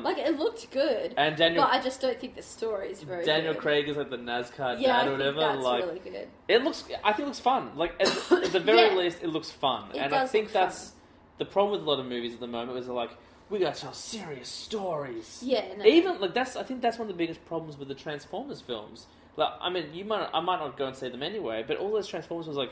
Hmm. Like it looked good,
and Daniel
but I just don't think the story is very.
Daniel
good.
Craig is like the NASCAR
yeah, I
dad
think
or whatever.
that's
like
really good.
it looks, I think it looks fun. Like at, the- at the very
Yeah.
least, it looks fun.
It
and I
does
think
look
that's
fun.
the problem with a lot of movies at the moment is they're like, we gotta tell serious stories.
Yeah, no.
Even like that's I think that's one of the biggest problems with the Transformers films. Like I mean, you might I might not go and see them anyway, but all those Transformers was like,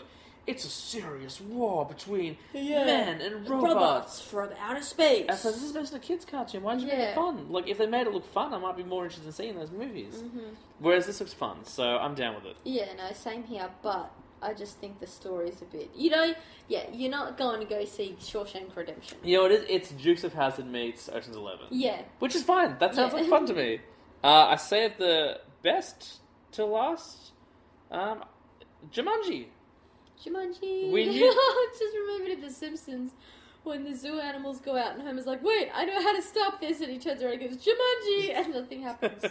it's a serious war between
Yeah.
men and robots.
robots from outer space.
And it's like, this is based on a kids' cartoon. Why did you make it
Yeah.
fun? Like, if they made it look fun, I might be more interested in seeing those movies.
Mm-hmm.
Whereas this looks fun, so I'm down with it.
Yeah, no, same here, but I just think the story's a bit. You know, yeah, you're not going to go see Shawshank Redemption.
You know, it is, it's Dukes of Hazard meets Ocean's Eleven.
Yeah,
Which is fine. That sounds
Yeah.
like fun to me. Uh, I say at the best to last, um, Jumanji.
Jumanji.
We knew-
I just remembered in The Simpsons when the zoo animals go out and Homer's like, wait, I know how to stop this, and he turns around and goes, Jumanji, and nothing happens.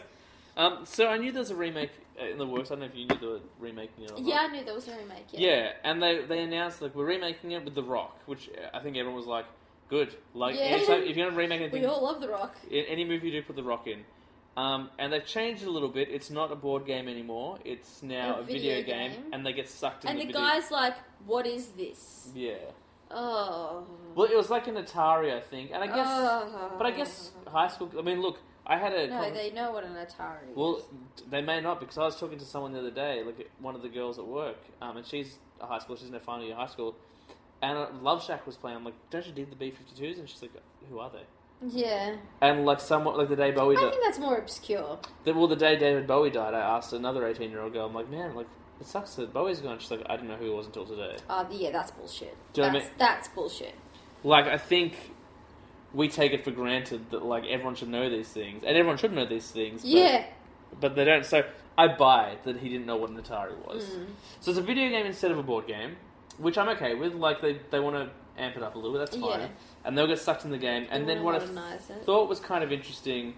um, so I knew there's a remake uh, in the works. I don't know if you knew the remake. You know, or not.
yeah, I knew there was a remake.
Yeah. and they they announced like we're remaking it with The Rock, which uh, I think everyone was like, good. Like
Yeah.
anytime- if you're gonna remake anything,
We all love The Rock.
in any movie you do, put The Rock in. Um, and they've changed it a little bit. It's not a board game anymore. It's now a, video, game, and they get sucked in
And the
video.
guy's like, what is this?
yeah.
Oh.
Well, it was like an Atari, I think, and I guess,
Oh.
but I guess high school. I mean, look, I had a
No,
con-
they know what an Atari is.
Well, they may not because I was talking to someone the other day, like one of the girls at work, um, and she's a high school. She's in her final year of high school, and uh, Love Shack was playing. I'm like, don't you dig the B52s? And she's like, who are they?
yeah.
And like somewhat like the day Bowie,
I
died,
think that's more obscure.
the, well, the day David Bowie died, I asked another 18 year old girl, I'm like, man, like it sucks that Bowie's gone. She's like, I didn't know who he was until today.
Uh, yeah, that's bullshit.
Do you know
that's,
what I
that's bullshit.
Like I think. We take it for granted that like everyone should know these things, and everyone should know these things. but-
Yeah.
but they don't. So I buy that he didn't know what an Atari was.
Mm.
So it's a video game instead of a board game, which I'm okay with. Like they, they want to amp it up a little bit. That's fine.
Yeah.
And they'll get sucked in the game. and then
wanna
what I
modernize it.
thought was kind of interesting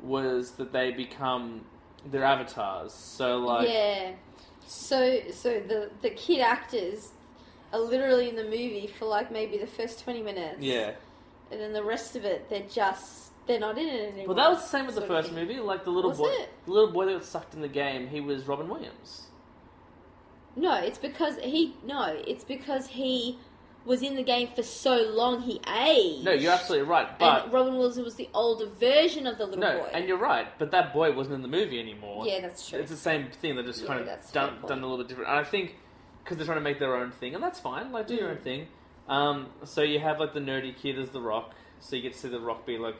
was that they become their avatars. So like
yeah. So so the the kid actors are literally in the movie for like maybe the first twenty minutes.
yeah.
And then the rest of it, they're just they're not in it anymore.
Well, that was the same with the
sort of
first
thing.
movie. Like the little
Was
boy,
it?
the little boy that was sucked in the game, he was Robin Williams.
No, it's because he no, it's because he was in the game for so long he aged.
No, you're absolutely right. But
And Robin Williams was the older version of the little
no,
boy.
and you're right. But that boy wasn't in the movie anymore.
yeah, that's true.
It's the same thing. They're just
Yeah,
kind of
that's
done,
fair point.
done a little bit different. And I think because they're trying to make their own thing, and that's fine. Like do your
Mm.
own thing. Um, so you have like the nerdy kid as the Rock, so you get to see the Rock be like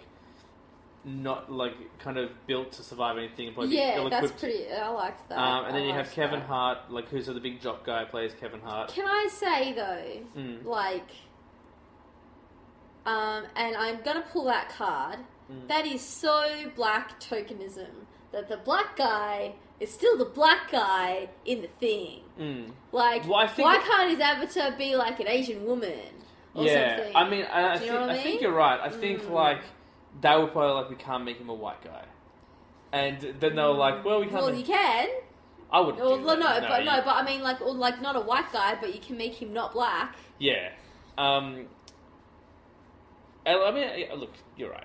not like kind of built to survive anything. and probably be
yeah, that's
ill-equipped.
pretty. I liked that.
Um, and
I
then you have
liked
Kevin
that.
Hart, like who's the big jock guy, plays Kevin Hart.
Can I say though,
Mm.
like, um, and I'm gonna pull that card.
Mm.
That is so black tokenism that the black guy is still the black guy in the thing.
Mm.
Like,
Well, I think
why
that-
can't his avatar be like an Asian woman or
yeah,
something?
I mean, I, I,
Do
think,
you know what I
I think
mean? Mm.
you're right. I think like they were probably like, we can't make him a white guy, and then they were like, well, we can't.
well,
make-
you can.
I wouldn't.
Well,
do
no,
that.
but
you-
no, but I mean, like, or like not a white guy, but you can make him not black.
Yeah. Um, I I mean, yeah, look, you're right.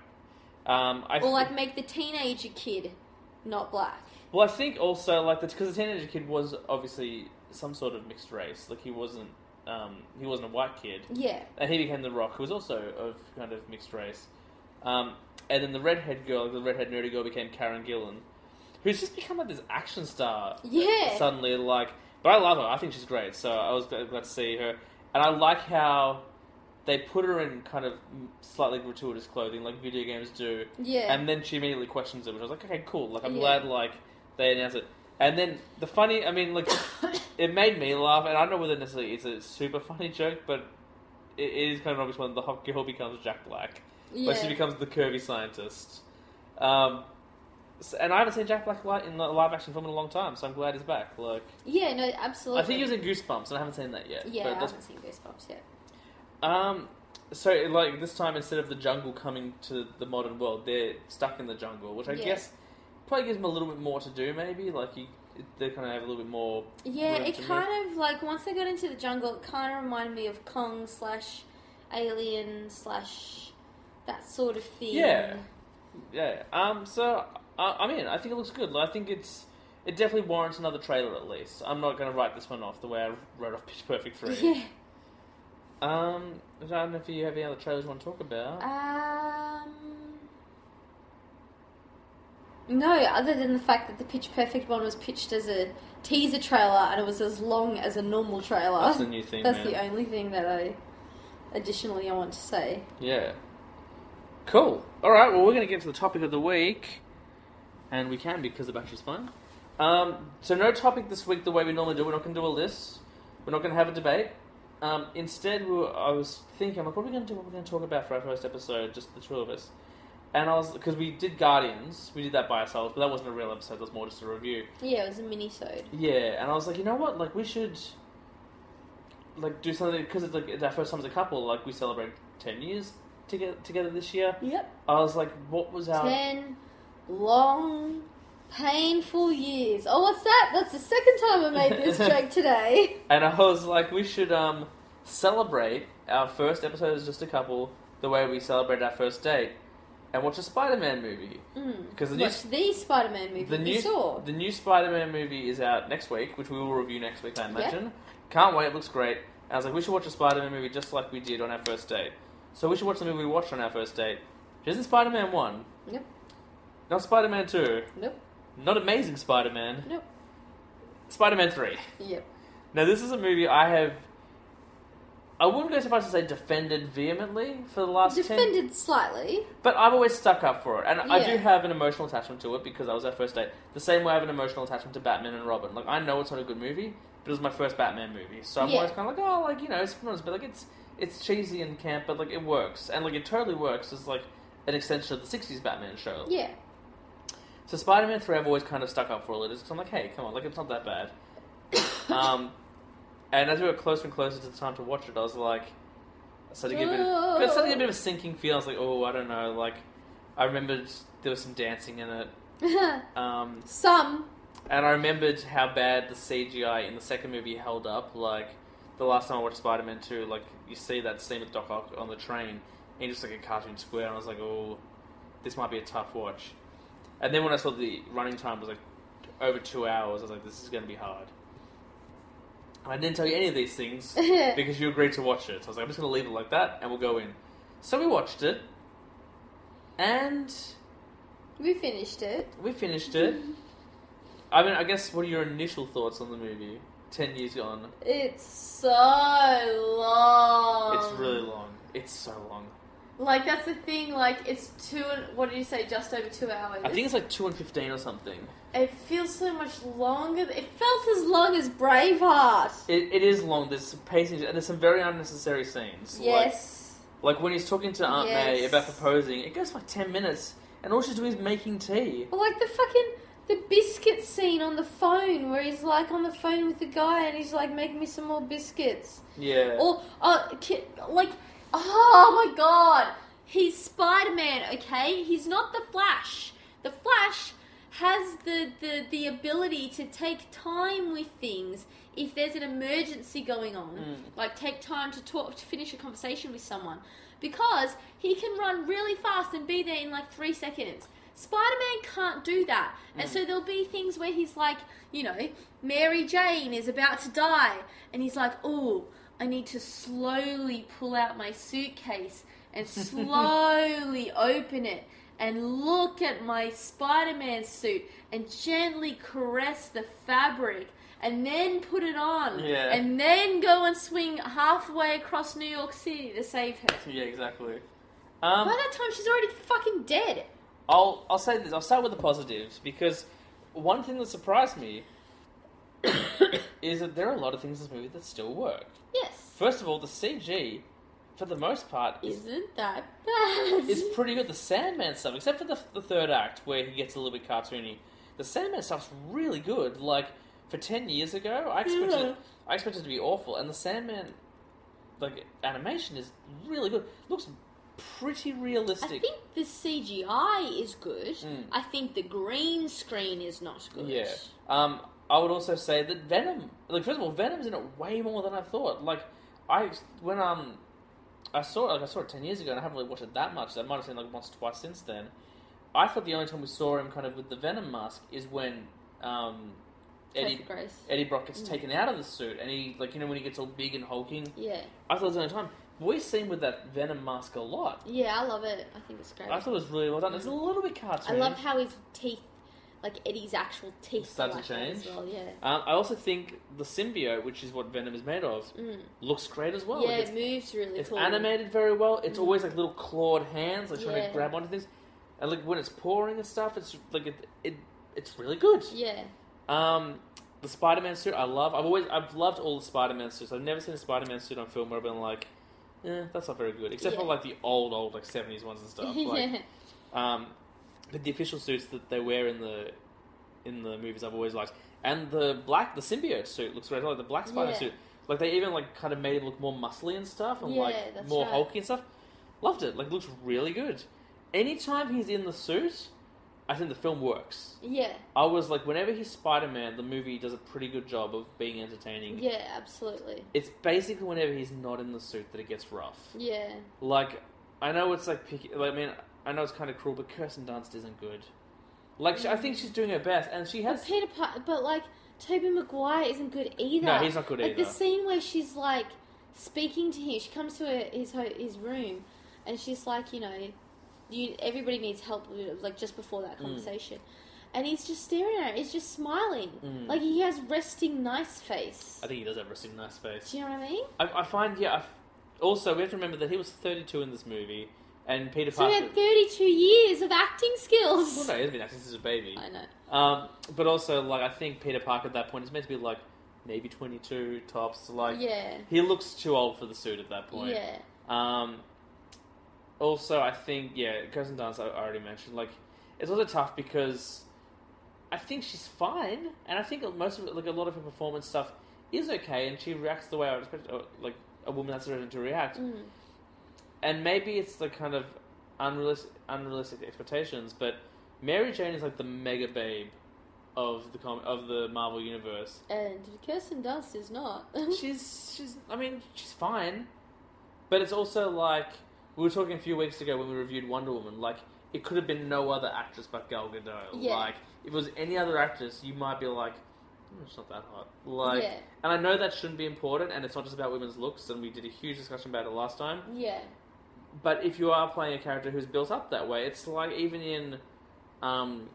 Um, I
Or
think-
like make the teenager kid not black.
well, I think also like that's because the teenager kid was obviously some sort of mixed race. Like he wasn't, um, he wasn't a white kid,
Yeah.
and he became the Rock, who was also of kind of mixed race. Um, and then the redhead girl, the redhead nerdy girl, became Karen Gillan, who's just become like this action star.
Yeah.
suddenly like but i love her i think she's great so i was glad, glad to see her and i like how they put her in kind of slightly gratuitous clothing like video games do
Yeah.
and then she immediately questions it which i was like okay cool like i'm
Yeah.
glad like they announced it and then the funny i mean like it made me laugh and i don't know whether necessarily it's a super funny joke but it is kind of an obvious one the hot girl becomes jack black where she
Yeah.
becomes the curvy scientist um, so- and I haven't seen Jack Black li- in a live action film in a long time, so I'm glad he's back. Like,
Yeah, no, absolutely.
I think he was in Goosebumps, and I haven't seen that yet.
Yeah,
but
I
that's-
haven't seen Goosebumps yet.
um, so like this time, instead of the jungle coming to the modern world, they're stuck in the jungle, which I
Yeah.
guess probably gives them a little bit more to do. Maybe like you, they kind of have a little bit more.
Yeah,
room
it
to move.
kind of like once they got into the jungle, it kind of reminded me of Kong slash Alien slash that sort of thing.
Yeah. Yeah. Um. So I, I mean, I think it looks good. Like, I think it's it definitely warrants another trailer at least. I'm not going to write this one off the way I wrote off Pitch Perfect three.
Yeah. Uh,
Um, I don't know if you have any other trailers you want to talk about.
Um, No, other than the fact that the Pitch Perfect one was pitched as a teaser trailer and it was as long as a normal trailer.
That's the new thing.
That's
man.
the only thing that I additionally I want to say.
Yeah. Cool. All right. Well, we're going to get to the topic of the week, and we can because the battery's fine. Um, so no topic this week the way we normally do. We're not going to do a list. We're not going to have a debate. Um, instead, we were, I was thinking, I'm like, what are we going to do? What are we going to talk about for our first episode? Just the two of us. And I was because we did Guardians, we did that by ourselves, but that wasn't a real episode. That was more just a review.
Yeah, it was a mini-sode.
Yeah, and I was like, you know what? Like we should, like do something because it's like it's our first time as a couple. Like we celebrate ten years together together this year.
Yep.
I was like, what was our?
Ten long, painful years. Oh, what's that? That's the second time I made this joke today.
And I was like, we should um celebrate our first episode as just a couple the way we celebrate our first date and watch a Spider-Man movie because the new
Mm. Watch the Spider-Man movie
the
we
new
saw.
the new Spider-Man movie is out next week, which we will review next week. I imagine.
Yep.
Can't wait. It looks great. And I was like, we should watch a Spider-Man movie just like we did on our first date. So we should watch the movie we watched on our first date. Which isn't Spider-Man one,
Nope,
not Spider-Man two,
nope,
not Amazing Spider-Man,
nope.
Spider-Man three.
Yep.
Now, this is a movie I have. I wouldn't go so far as to say defended vehemently for the last ten.
Defended slightly.
But I've always stuck up for it, and I do
Yeah.
have an emotional attachment to it because I was our first date. The same way I have an emotional attachment to Batman and Robin. Like I know it's not a good movie, but it was my first Batman movie, so I'm
Yeah.
always kind of like, oh, like you know, it's fun, but like it's it's cheesy and camp, but like it works, and like it totally works. It's like an extension of the '60s Batman show.
Yeah.
So Spider-Man Three, I've always kind of stuck up for a little because I'm like, hey, come on, like it's not that bad. um, and as we were closer and closer to the time to watch it, I was like, I started to get a bit, of, I started to get a bit of a sinking feel. I was like, oh, I don't know. Like, I remembered there was some dancing in it, um,
Some.
and I remembered how bad the CGI in the second movie held up. Like, the last time I watched Spider-Man Two, like you see that scene with Doc Ock on the train, and just like a cartoon square, and I was like, oh, this might be a tough watch. And then when I saw the running time was like over two hours, I was like, this is going to be hard. And I didn't tell you any of these things because you agreed to watch it. So I was like, I'm just going to leave it like that and we'll go in. So we watched it. And
We finished it.
we finished it. I mean, I guess, what are your initial thoughts on the movie? Ten years on.
It's so long.
It's
Um,
really long. It's so long.
Like that's the thing. Like it's two. and- What did you say? Just over two hours.
I think it's like 2 and 15 or something.
it feels so much longer. th- It felt as long as Braveheart.
It, it is long. There's some pacing, and there's some very unnecessary scenes. like-
yes.
Like when he's talking to Aunt May
Yes.
about proposing, it goes for like ten minutes, and all she's doing is making tea.
Well, like the fucking the biscuit scene on the phone, where he's like on the phone with the guy, and he's like, "Make me some more biscuits."
Yeah.
Or, uh, ki- like, oh my god, he's Spider Man. Okay, he's not the Flash. The Flash has the, the the ability to take time with things if there's an emergency going on. Like, take time to talk to finish a conversation with someone because he can run really fast and be there in like three seconds. Spider Man can't do that. And so there'll be things where he's like, you know, Mary Jane is about to die. And he's like, oh, I need to slowly pull out my suitcase and slowly open it and look at my Spider Man suit and gently caress the fabric and then put it on
Yeah.
and then go and swing halfway across New York City to save her.
yeah, exactly.
By
Um,
that time, she's already fucking dead.
I'll I'll say this. I'll start with the positives because one thing that surprised me is that there are a lot of things in this movie that still work.
Yes.
First of all, the CG, for the most part, is
Isn't that bad?
is pretty good. The Sandman stuff, except for the, the third act where he gets a little bit cartoony, the Sandman stuff's really good. Like for ten years ago, I expected
Yeah.
I expected it to be awful, and the Sandman like animation is really good. Looks pretty
I
realistic.
think the CGI is good.
Mm.
I think the green screen is not good.
Yeah. Um, I would also say that Venom. Like, first of all, Venom's in it way more than I thought. Like, I when um, I saw it, like I saw it ten years ago, and I haven't really watched it that much. I might have seen it, like once or twice since then. I thought the only time we saw him kind of with the Venom mask is when um, Eddie
Perfect Grace.
Eddie Brock gets taken out of the suit, and he like you know when he gets all big and hulking.
Yeah.
I thought it was the only time we've seen with that Venom mask a lot.
Yeah, I love it. I think it's great.
I thought it was really well done. It's a little bit cartoony.
I love how his teeth like Eddie's actual teeth are
Start to
like that
change?
as well. Yeah,
Um, I also think the symbiote, which is what Venom is made of,
mm.
looks great as well.
yeah,
Like, it's
it moves really
it's
cool.
animated very well. It's always like little clawed hands, like trying
Yeah.
to grab onto things, and like when it's pouring and stuff, it's like it, it it's really good.
Yeah,
Um, the Spider-Man suit I love. I've always I've loved all the Spider-Man suits. I've never seen a Spider-Man suit on film where I've been like, eh, that's not very good. Except for
Yeah.
like the old old like seventies ones and stuff. Like,
yeah,
um, but the official suits that they wear in the in the movies I've always liked, and the black the symbiote suit looks great. Like the black spider
Yeah.
suit, like they even like kind of made him look more muscly and stuff, and
Yeah,
like
that's
more
right.
hulky and stuff. Loved it. Like looks really good. Anytime he's in the suit, I think the film works.
yeah,
I was like, whenever he's Spider Man, the movie does a pretty good job of being entertaining.
yeah, absolutely.
It's basically whenever he's not in the suit that it gets rough.
Yeah,
Like, I know it's like picky. Like, I mean, I know it's kind of cruel, but Kirsten Dunst isn't good. Like, she, I think she's doing her best, and she
but
has.
Peter, pa- but like Toby Maguire isn't good either.
No, he's not good
Like
either.
the scene where she's like speaking to him, she comes to her, his ho- his room, and she's like, you know, you everybody needs help. Like just before that
Hmm.
conversation, and he's just staring at her. He's just smiling,
Mm.
like he has resting nice face.
I think he does have a really nice face.
Do you know what I mean?
I, I find, yeah. I f also, we have to remember that he was 32 in this movie, and Peter
So he
Parker.
had thirty-two years of acting
well,
skills.
no, he has been acting since a baby.
I know.
Um, but also, like, I think Peter Parker at that point is meant to be like maybe 22 tops. Like,
yeah,
he looks too old for the suit at that point.
yeah,
Um, also, I think yeah, Kirsten Dunst I I already mentioned. Like, it's also tough because I think she's fine, and I think most of like a lot of her performance stuff is okay, and she reacts the way I would expect uh, like a woman that's written to react.
Mm.
And maybe it's the kind of unrealistic, unrealistic expectations, but Mary Jane is like the mega babe of the com- of the Marvel universe.
and Kirsten Dunst is not.
She's she's. I mean, she's fine, but it's also like we were talking a few weeks ago when we reviewed Wonder Woman. Like it could have been no other actress but Gal Gadot.
Yeah.
Like if it was any other actress, you might be like, "Hmm, it's not that hot. Like,
Yeah.
and I know that shouldn't be important, and it's not just about women's looks. And we did a huge discussion about it last time.
yeah,
But if you are playing a character who's built up that way, it's like even in, um,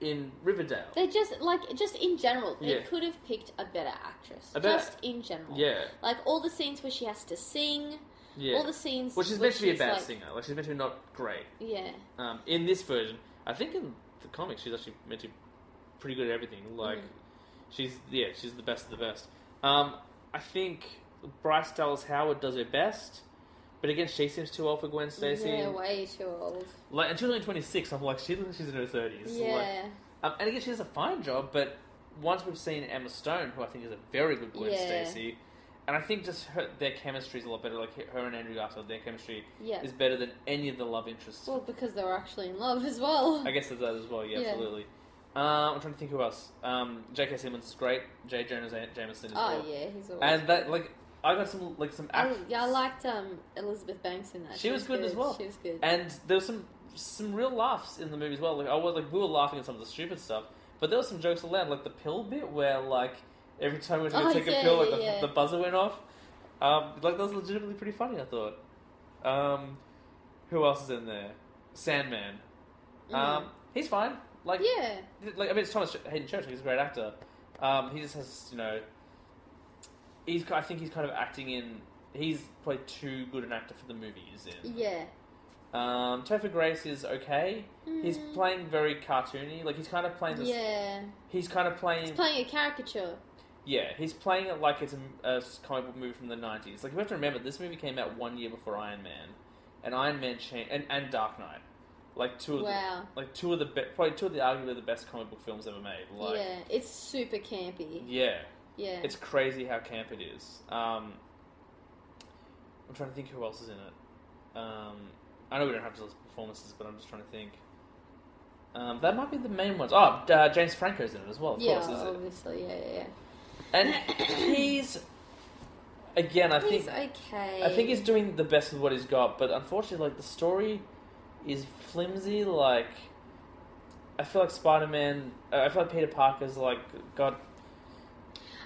in Riverdale.
they're just like just in general, they
Yeah.
could have picked a better actress.
A better-
Just in general,
yeah,
Like all the scenes where she has to sing,
yeah.
all the scenes.
Well, she's
where
meant to be a bad
like-
singer. Like she's meant to be not great.
Yeah,
um, in this version. I think in the comics she's actually meant to be pretty good at everything. Like
Mhm.
she's yeah, she's the best of the best. Um, I think Bryce Dallas Howard does her best, but again she seems too old for Gwen Stacy.
yeah, way too old.
like and she's only twenty six. I'm like she looks she's in her thirties. Like,
Yeah,
um, and again she does a fine job, but once we've seen Emma Stone, who I think is a very good Gwen
Yeah.
Stacy. And I think just her, their chemistry is a lot better. Like her and Andrew Garfield, their chemistry
yeah.
is better than any of the love interests
Well, because they were actually in love as well.
I guess there's that as well. Yeah,
Yeah.
absolutely. Um, I'm trying to think who else. Um, J.K. Simmons is great. J. Jonas A- Jameson is
oh
well.
yeah, he's always.
And that like I got some like some
I,
act-
yeah, I liked um, Elizabeth Banks in that.
She was good as well.
She was good.
and there was some some real laughs in the movie as well. Like I was like we were laughing at some of the stupid stuff, but there were some jokes allowed, like the pill bit where like every time we were going
Oh,
to take a
yeah,
pill, like
yeah,
the,
yeah.
the buzzer went off. Um, like that was legitimately pretty funny. I thought. Um, who else is in there? Sandman. Um, he's fine. Like
Mm. yeah,
like I mean, it's Thomas Hayden Churchill. He's a great actor. Um, he just has, you know, he's. I think he's kind of acting in. He's probably too good an actor for the movie he's in.
yeah.
Um, Topher Grace is okay. He's
Mm.
playing very cartoony. Like he's kind of playing this.
Yeah,
He's kind of playing.
he's playing a caricature.
yeah, he's playing it like it's a, a comic book movie from the nineties. Like you have to remember, this movie came out one year before Iron Man, and Iron Man changed, and, and Dark Knight. Like two of
Wow.
the like two of the be- probably two of the arguably the best comic book films ever made. Like
yeah, it's super campy.
yeah.
Yeah,
It's crazy how camp it is. Um, I'm trying to think who else is in it. Um, I know we don't have to list performances, but I'm just trying to think. Um, that might be the main ones. Oh, uh, James Franco's in it as well, of
yeah,
course, is it?
obviously, yeah, yeah. yeah.
And he's again, I think
he's okay.
I think he's doing the best with what he's got, but unfortunately, like the story is flimsy. Like I feel like Spider-Man, uh, I feel like Peter Parker's like got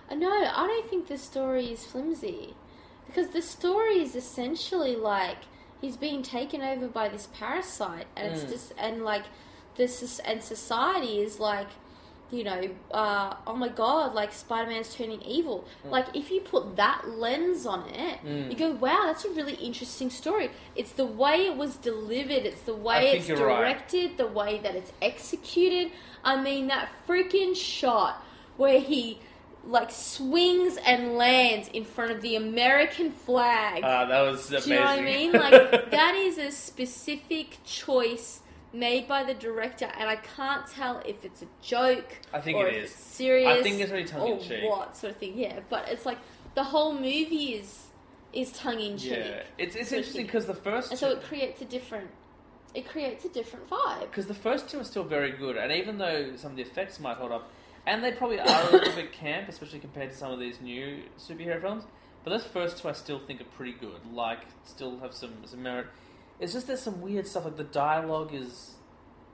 Uh, No, I don't think the story is flimsy. Because the story is essentially like he's being taken over by this parasite and it's
Mm.
just and like this is, and society is like, you know, uh, oh my god, like Spider Man's turning evil.
Mm.
Like, if you put that lens on it, you go, wow, that's a really interesting story. It's the way it was delivered, it's the
I
way
think
it's
you're right.
directed, the way that it's executed. I mean, that freaking shot where he like swings and lands in front of the American flag.
Ah, that was amazing.
Do you know what I mean? Like that is a specific choice made by the director, and I can't tell if it's a joke.
I think
or
it
if
is.
It's serious.
I think it's really tongue-in-cheek.
Or what sort of thing? Yeah, but it's like the whole movie is is tongue in cheek,
yeah, it's it's interesting because the first
and so it creates a different. It creates a different vibe.
because the first two are still very good, and even though some of the effects might hold up, and they probably are a little bit camp, especially compared to some of these new superhero films, but those first two I still think are pretty good. Like, still have some some merit. It's just there's some weird stuff like the dialogue is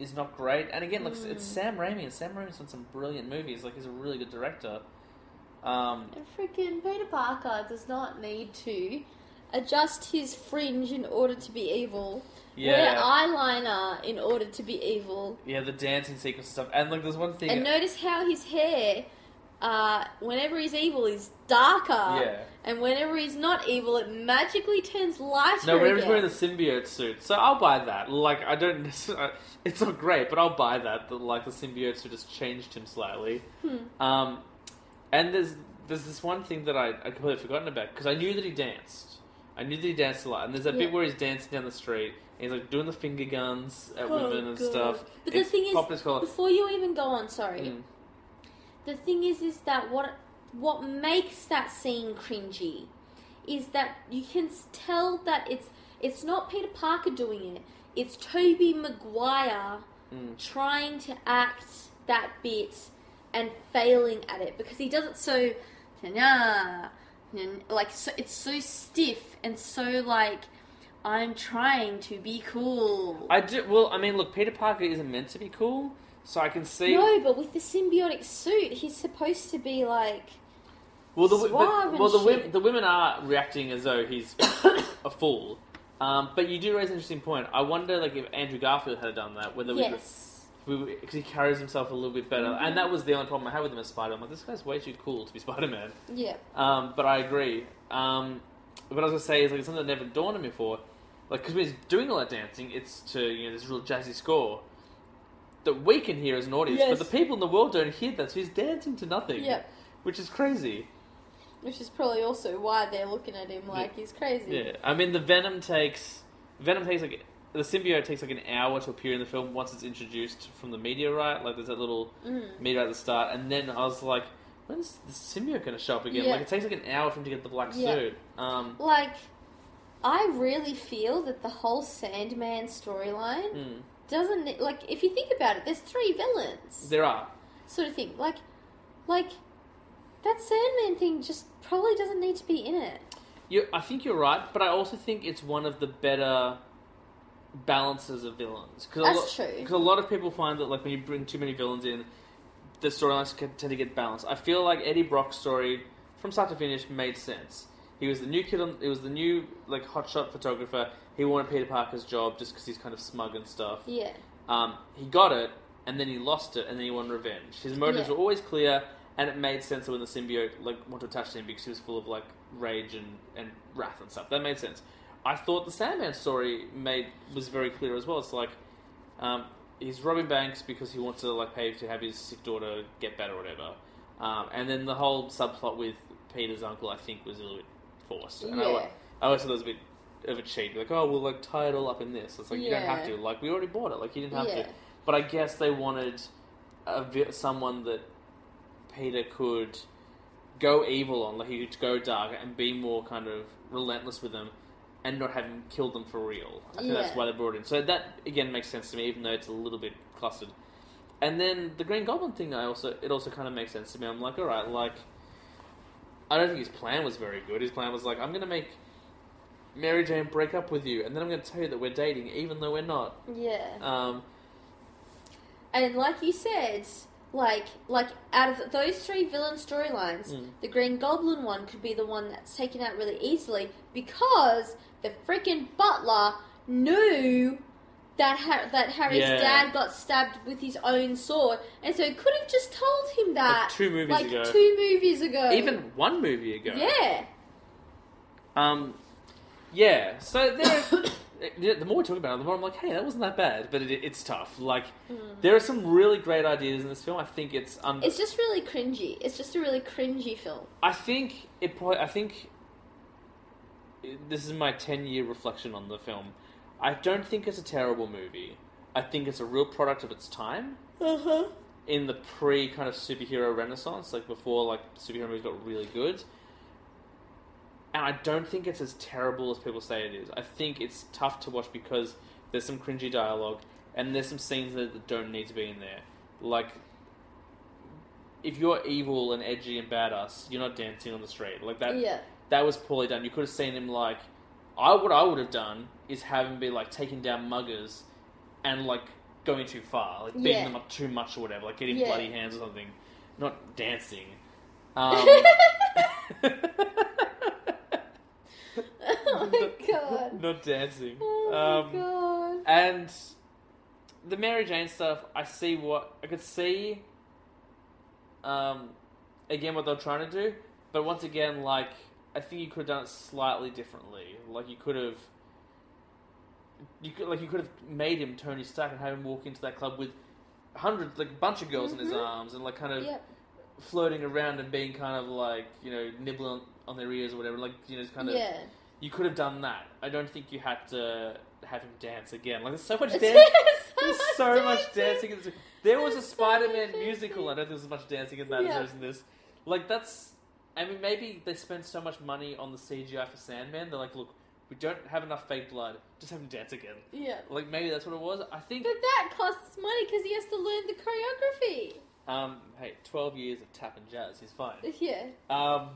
is not great, and again, like it's
Mm.
Sam Raimi, and Sam Raimi's done some brilliant movies. Like, he's a really good director. Um,
And freaking Peter Parker does not need to adjust his fringe in order to be evil. Wear
Yeah.
eyeliner in order to be evil.
yeah, the dancing sequence and stuff, and like there's one thing.
And notice how his hair, uh, whenever he's evil, is darker.
Yeah.
And whenever he's not evil, it magically turns lighter.
No, whenever he's
again.
wearing the symbiote suit, so I'll buy that. Like, I don't. necessarily- It's not great, but I'll buy that. That like the symbiote suit has changed him slightly.
Hmm.
Um, and there's there's this one thing that I I completely forgotten about because I knew that he danced. I knew that he danced a lot, and there's that
Yeah.
bit where he's dancing down the street. And he's like doing the finger guns at
Oh,
women and
God.
stuff.
But the
It's
thing
popped his
is,
collar.
before you even go on, sorry.
Mm.
the thing is is that what what makes that scene cringy is that you can s- tell that it's it's not Peter Parker doing it. It's Toby Maguire trying to act that bit and failing at it because he does it so "Ta-da," and, like so, it's so stiff and so like I'm trying to be cool.
I do. Well, I mean, look, Peter Parker isn't meant to be cool, so I can see.
no, but with the symbiotic suit, he's supposed to be like
Well, the,
Suave
but,
and
well, the,
shit.
wom- the women are reacting as though he's a fool. Um, but you do raise an interesting point. I wonder, like, if Andrew Garfield had done that, whether
yes.
we because he carries himself a little bit better. And that was the only problem I had with him as Spider. I'm like, this guy's way too cool to be Spider Man.
Yeah.
Um, but I agree. Um, but as I say, it's like something that never dawned on me before. Like, because when he's doing all that dancing, it's to you know this real jazzy score that we can hear as an audience,
Yes.
but the people in the world don't hear that. So he's dancing to nothing.
Yep.
Which is crazy.
Which is probably also why they're looking at him like he's crazy.
Yeah, I mean the Venom takes Venom takes like the symbiote takes like an hour to appear in the film once it's introduced from the meteorite. Like there's that little
Mm.
meteorite at the start, and then I was like, when's the symbiote going to show up again?
Yeah.
Like it takes like an hour for him to get the black
Yeah.
suit. Um,
Like, I really feel that the whole Sandman storyline
Mm.
doesn't ne- like if you think about it, there's three villains
there are.
sort of thing. Like, like that Sandman thing just probably doesn't need to be in it.
You, I think you're right, but I also think it's one of the better balances of villains. Cause
That's
a
true.
Because a lot of people find that like when you bring too many villains in, the storylines can tend to get balanced. I feel like Eddie Brock's story from start to finish made sense. He was the new kid on. It was the new like hotshot photographer. He wanted Peter Parker's job just because he's kind of smug and stuff.
Yeah.
Um, he got it, and then he lost it, and then he won revenge. His motives
Yeah.
were always clear, and it made sense that when the symbiote like wanted to attach to him because he was full of like rage and, and wrath and stuff. That made sense. I thought the Sandman story made was very clear as well. It's like um, he's robbing banks because he wants to like pay to have his sick daughter get better or whatever. Um, and then the whole subplot with Peter's uncle, I think, was a little bit forced. And I,
Yeah.
like, I always thought it was a bit of a cheat. Like, oh, we'll like tie it all up in this. It's like you don't have
Yeah.
to. Like we already bought it. Like you didn't have
Yeah.
to. But I guess they wanted a vi- someone that Peter could go evil on. Like he could go dark and be more kind of relentless with them, and not have him kill them for real. I think
Yeah.
that's why they brought it in. So that again makes sense to me, even though it's a little bit clustered. And then the Green Goblin thing, I also it also kind of makes sense to me. I'm like, all right, like I don't think his plan was very good. His plan was like, I'm gonna make Mary Jane break up with you, and then I'm gonna tell you that we're dating, even though we're not.
Yeah.
Um,
And like you said, like like out of those three villain storylines,
Hmm.
the Green Goblin one could be the one that's taken out really easily because the freaking butler knew that Har- that Harry's
Yeah.
dad got stabbed with his own sword, and so could have just told him that
two movies
like
ago.
two movies ago,
Even one movie ago.
yeah,
Um, yeah. So there, yeah, the more we talk about it, the more I'm like, hey, that wasn't that bad. But it, it's tough. Like,
Hmm.
there are some really great ideas in this film. I think it's. Un-
it's just really cringy. It's just a really cringy film.
I think it. Probably, I think this is my ten-year reflection on the film. I don't think it's a terrible movie. I think it's a real product of its time. In the pre kind of superhero renaissance, like before, like superhero movies got really good. And I don't think it's as terrible as people say it is. I think it's tough to watch because there's some cringy dialogue and there's some scenes that, that don't need to be in there. Like if you're evil and edgy and badass, you're not dancing on the street. Like that.
Yeah.
That was poorly done. You could have seen him like, I what I would have done is have him be like taking down muggers, and like going too far, like beating
Yeah.
them up too much or whatever, like getting
Yeah.
bloody hands or something, not dancing. Um,
Oh my god.
not dancing.
Oh
um,
my god.
And the Mary Jane stuff, I see what I could see. Um, again, what they're trying to do, but once again, like I think you could have done it slightly differently. Like you could have, you could like you could have made him Tony Stark and have him walk into that club with hundreds, like a bunch of girls in his arms, and like kind of
Mm-hmm. Yep.
floating around and being kind of like you know nibbling on, on their ears or whatever. Like you know, just kind of
Yeah.
you could have done that. I don't think you had to have him dance again. Like there's so much
There's
dance.
so
There's
much
so much
dancing.
dancing. in this. There was a
There's so much
Spider-Man
dancing.
musical. I don't think there was much dancing in that as
Yeah.
there is in this. Like that's. I mean, maybe they spent so much money on the CGI for Sandman. They're like, look, we don't have enough fake blood. Just have him dance again.
Yeah.
Like maybe that's what it was. I think.
But that costs money because he has to learn the choreography.
Um, hey, twelve years of tap and jazz. He's fine.
Yeah.
Um,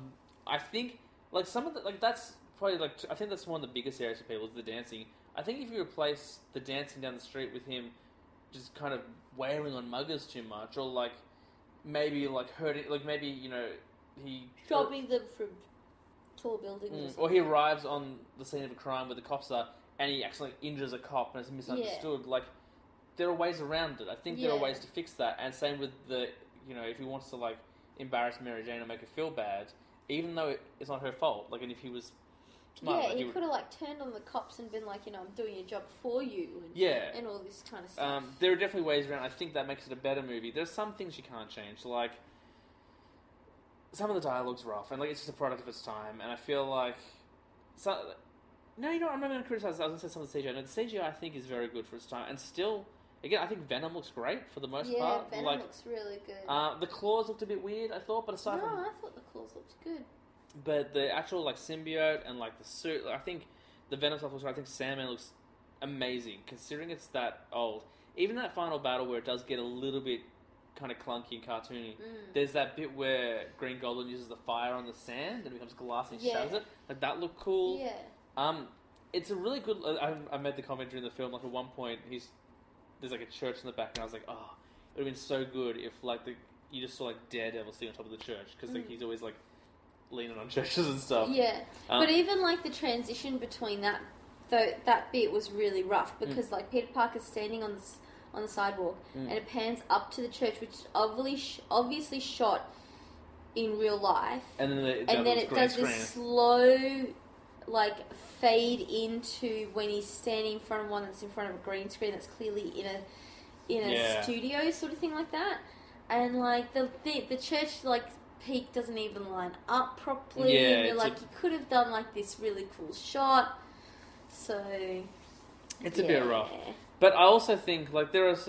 I think like some of the like that's probably like I think that's one of the biggest areas for people is the dancing. I think if you replace the dancing down the street with him just kind of wailing on muggers too much, or like maybe like hurting, like maybe you know he
Dropping them from tall buildings.
Mm,
or
or he arrives on the scene of a crime where the cops are, and he accidentally injures a cop and is misunderstood. Like there are ways around it. I think there are
Yeah.
ways to fix that. And same with the, you know, if he wants to like embarrass Mary Jane and make her feel bad, even though it, it's not her fault. Like, and if he was
something.
smart,
yeah,
like,
he
would-
could have like turned on the cops and been like, you know, I'm doing your job for you. And,
Yeah.
And all this kind of stuff.
Um, there are definitely ways around. I think that makes it a better movie. There's some things you can't change, like some of the dialogue's rough, and like it's just a product of its time. And I feel like, so, no, you know, what, I'm not going to criticize. I was going to say some of the CGI. No, the CGI I think is very good for its time, and still, again, I think Venom looks great for the most
yeah,
part.
Venom
like,
looks really good.
uh, the claws looked a bit weird, I thought, but
no,
aside from
I thought the claws looked good.
but the actual like symbiote and like the suit, I think the Venom stuff looks. I think Sandman looks amazing considering it's that old. Even that final battle where it does get a little bit kind of clunky and cartoony.
Mm.
There's that bit where Green Goblin uses the fire on the sand and it becomes glass and he
Yeah.
shatters it. Like that looked cool.
Yeah.
Um, it's a really good. I, I made the comment during the film. Like at one point, he's there's like a church in the back, and I was like, oh, it would have been so good if like the you just saw like Daredevil sitting on top of the church because like he's always like leaning on churches and stuff.
Mm. Yeah.
Um,
but even like the transition between that though that bit was really rough because like Peter Parker's standing on the s- on the sidewalk and it pans up to the church which is obviously sh- obviously shot in real life
And then the,
and then
Daredevil's
it
green
does
screen.
this slow like fade into when he's standing in front of one that's in front of a green screen that's clearly in a in a
Yeah.
studio sort of thing like that and like the the, the church like peak doesn't even line up properly
Yeah,
and you're
it's
like
a-
you could have done like this really cool shot so
It's a bit
yeah.
rough. But I also think like there are. s-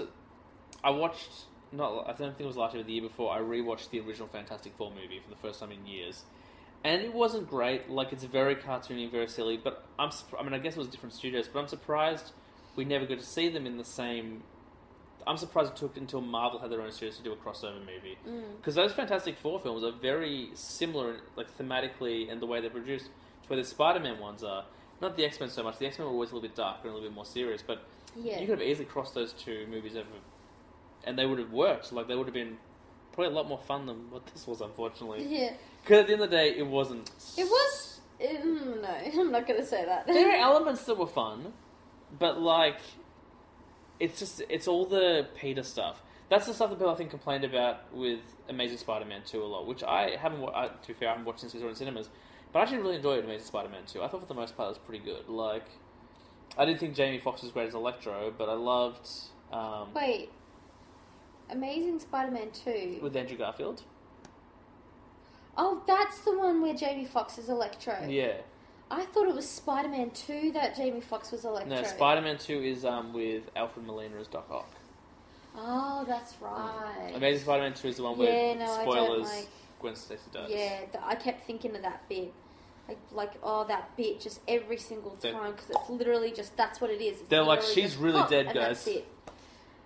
I watched not. I don't think it was last year, or the year before. I rewatched the original Fantastic Four movie for the first time in years, and it wasn't great. Like it's very cartoony, very silly. But I'm. surp- I mean, I guess it was different studios, but I'm surprised we never got to see them in the same. I'm surprised it took until Marvel had their own series to do a crossover movie because those Fantastic Four films are very similar, like thematically and the way they're produced, to where the Spider-Man ones are. Not the X-Men so much. The X-Men were always a little bit darker and a little bit more serious, but
yeah
you could have easily crossed those two movies over, and they would have worked. Like they would have been probably a lot more fun than what this was, unfortunately.
yeah
Because at the end of the day, it wasn't.
it was mm, no i'm not gonna say that
There are elements that were fun, but like it's just it's all the Peter stuff. That's the stuff that people I think complained about with Amazing Spider-Man two a lot, which I haven't. Wa- I, to be fair, I haven't watched since we saw it in cinemas, but I actually really enjoyed Amazing Spider-Man two. I thought for the most part it was pretty good. Like, I didn't think Jamie Foxx was great as Electro, but I loved um,
Wait, Amazing Spider-Man two.
with Andrew Garfield.
oh, that's the one where Jamie Fox is Electro.
Yeah,
I thought it was Spider-Man two that Jamie Fox was Electro.
no, Spider-Man two is um, with Alfred Molina as Doc Ock.
Oh, that's right.
Amazing Spider-Man two is the one
Yeah,
where
no, I don't
spoilers
like-
Gwen Stacy dies.
Yeah, th- I kept thinking of that bit. Like, like, oh, that bit just every single
They're-
time because it's literally just that's what it is. It's
They're like,
literally
"She's
just
really
pop,"
dead,
and That's
guys.
it.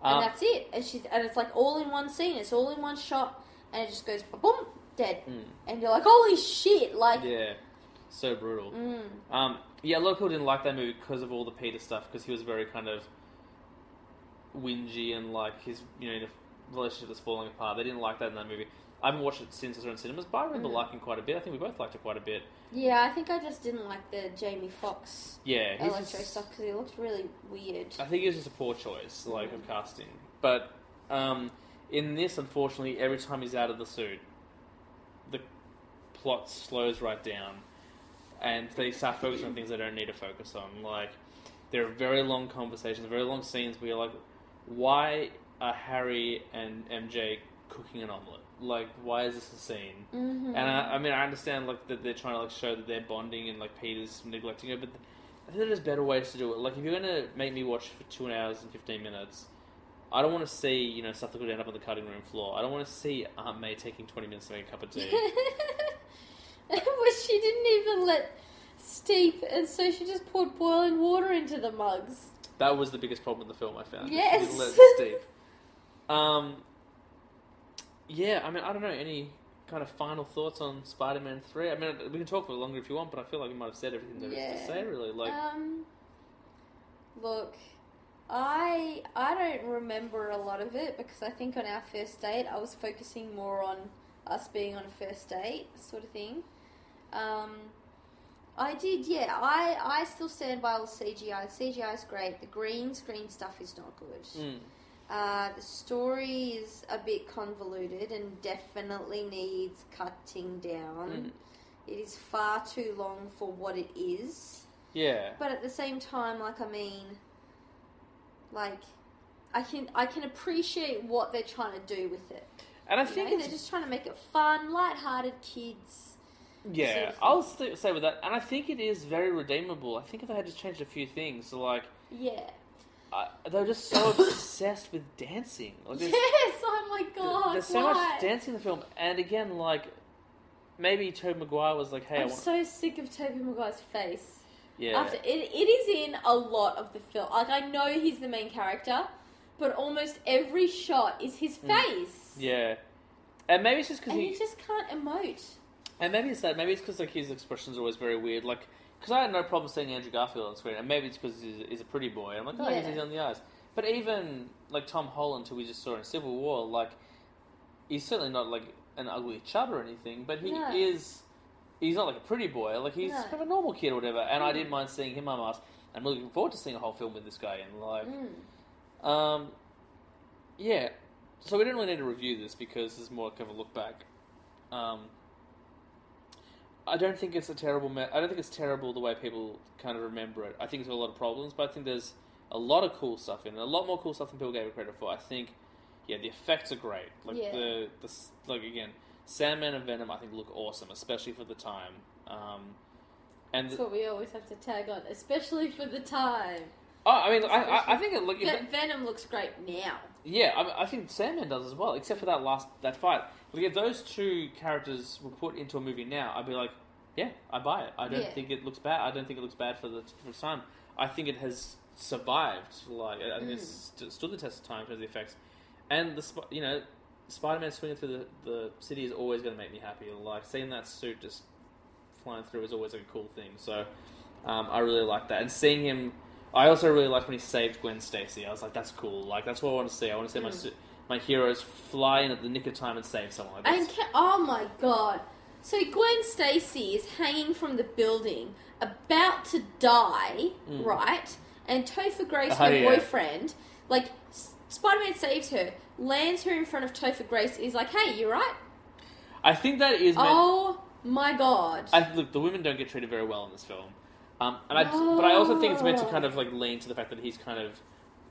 Um,
and that's it. And she's and it's like all in one scene. It's all in one shot, and it just goes boom, dead.
Mm.
And you're like, holy shit! Like,
yeah, so brutal.
mm,
Um, yeah, a lot of people didn't like that movie because of all the Peter stuff, because he was very kind of whingy and like his you know the relationship was falling apart. They didn't like that in that movie. I haven't watched it since I saw it in cinemas, but I remember
Mm.
liking quite a bit. I think we both liked it quite a bit.
yeah. I think I just didn't like the Jamie Fox
Yeah, he's
electro
just-
stuff because he looked really weird.
I think it was just a poor choice, like
Mm.
of casting. But um, in this, unfortunately, every time he's out of the suit, the plot slows right down, and they start focusing on things they don't need to focus on. Like there are very long conversations, very long scenes where you're like, why are Harry and MJ cooking an omelet? Like, why is this a scene?
Mm-hmm.
And I, I mean, I understand like that they're trying to like show that they're bonding and like Peter's neglecting her, but th- I think there's better ways to do it. Like if you're gonna make me watch for two hours and fifteen minutes, I don't want to see you know stuff that could end up on the cutting room floor. I don't want to see Aunt May taking twenty minutes to make a cup of tea.
but she didn't even let steep, and so she just poured boiling water into the mugs.
that was the biggest problem with the film I found.
Yes.
It let it steep. Um. Yeah, I mean, I don't know any kind of final thoughts on Spider-Man Three. I mean, we can talk for longer if you want, but I feel like we might have said everything there is
Yeah.
to say. Really, like.
um, look, I I don't remember a lot of it because I think on our first date I was focusing more on us being on a first date sort of thing. Um, I did, yeah. I I still stand by all the CGI. The CGI is great. The green screen stuff is not good.
mm.
Uh, the story is a bit convoluted and definitely needs cutting down.
Mm.
It is far too long for what it is.
Yeah.
But at the same time, like I mean, like I can I can appreciate what they're trying to do with it.
And I
you
think
know?
it's
they're just trying to make it fun, light-hearted kids.
yeah,
sort of-
I'll st- say with that, and I think it is very redeemable. I think if they had just changed a few things, so like
Yeah.
I, they were just so obsessed with dancing. Like, there's,
yes. Oh my god.
there's so
why?
much dancing in the film, and again, like maybe Tobey Maguire was like, "Hey, I
I'm
want."
so sick of Toby Maguire's face.
yeah,
After it, it is in a lot of the film. Like I know he's the main character, but almost every shot is his
Mm.
face.
yeah, and maybe it's just because
And
he
you just can't emote.
And maybe it's that. Maybe it's because like his expressions are always very weird. Like, because I had no problem seeing Andrew Garfield on screen, and maybe it's because he's, he's a pretty boy. And I'm like, oh, he's
Yeah.
easy on the eyes. But even like Tom Holland, who we just saw in Civil War, like he's certainly not like an ugly chub or anything, but he
No.
is. He's not like a pretty boy. Like he's
No.
kind of a normal kid or whatever. And I
Mm.
didn't mind seeing him on Mask. I'm looking forward to seeing a whole film with this guy in. Like,
Mm.
um, yeah. So we didn't really need to review this because it's more kind of a look back. Um, I don't think it's a terrible. Me- I don't think it's terrible the way people kind of remember it. I think it's got a lot of problems, but I think there's a lot of cool stuff in it. A lot more cool stuff than people gave it credit for. I think, yeah, the effects are great. Like
Yeah.
the the s- like again, Sandman and Venom. I think look awesome, especially for the time. Um, and
That's what we always have to tag on, especially for the time.
oh, I mean, I, I, I think it look.
Ve- Venom looks great now.
Yeah, I, I think Sandman does as well, except for that last that fight. Like if those two characters were put into a movie now, I'd be like, yeah, I buy it. I don't
Yeah.
think it looks bad. I don't think it looks bad for the for its time. I think it has survived. Like I I think it's st- stood the test of time because of the effects, and the sp- you know, Spider Man swinging through the, the city is always going to make me happy. Like seeing that suit just flying through is always like a cool thing. So um, I really like that, and seeing him. I also really liked when he saved Gwen Stacy. I was like, that's cool. Like that's what I want to see. I want to see my
Mm.
su- my heroes fly in at the nick of time and save someone. Like, that's-
And ca- oh my god. So Gwen Stacy is hanging from the building, about to die, right? And Topher Grace,
Mm. Oh,
her
yeah.
boyfriend, Like, S- Spider Man saves her, lands her in front of Topher Grace, is like, hey, you right?
I think that is. Meant,
Oh my god.
I look, the women don't get treated very well in this film, um, and I, but I also think it's meant to
Oh.
kind of like lean to the fact that he's kind of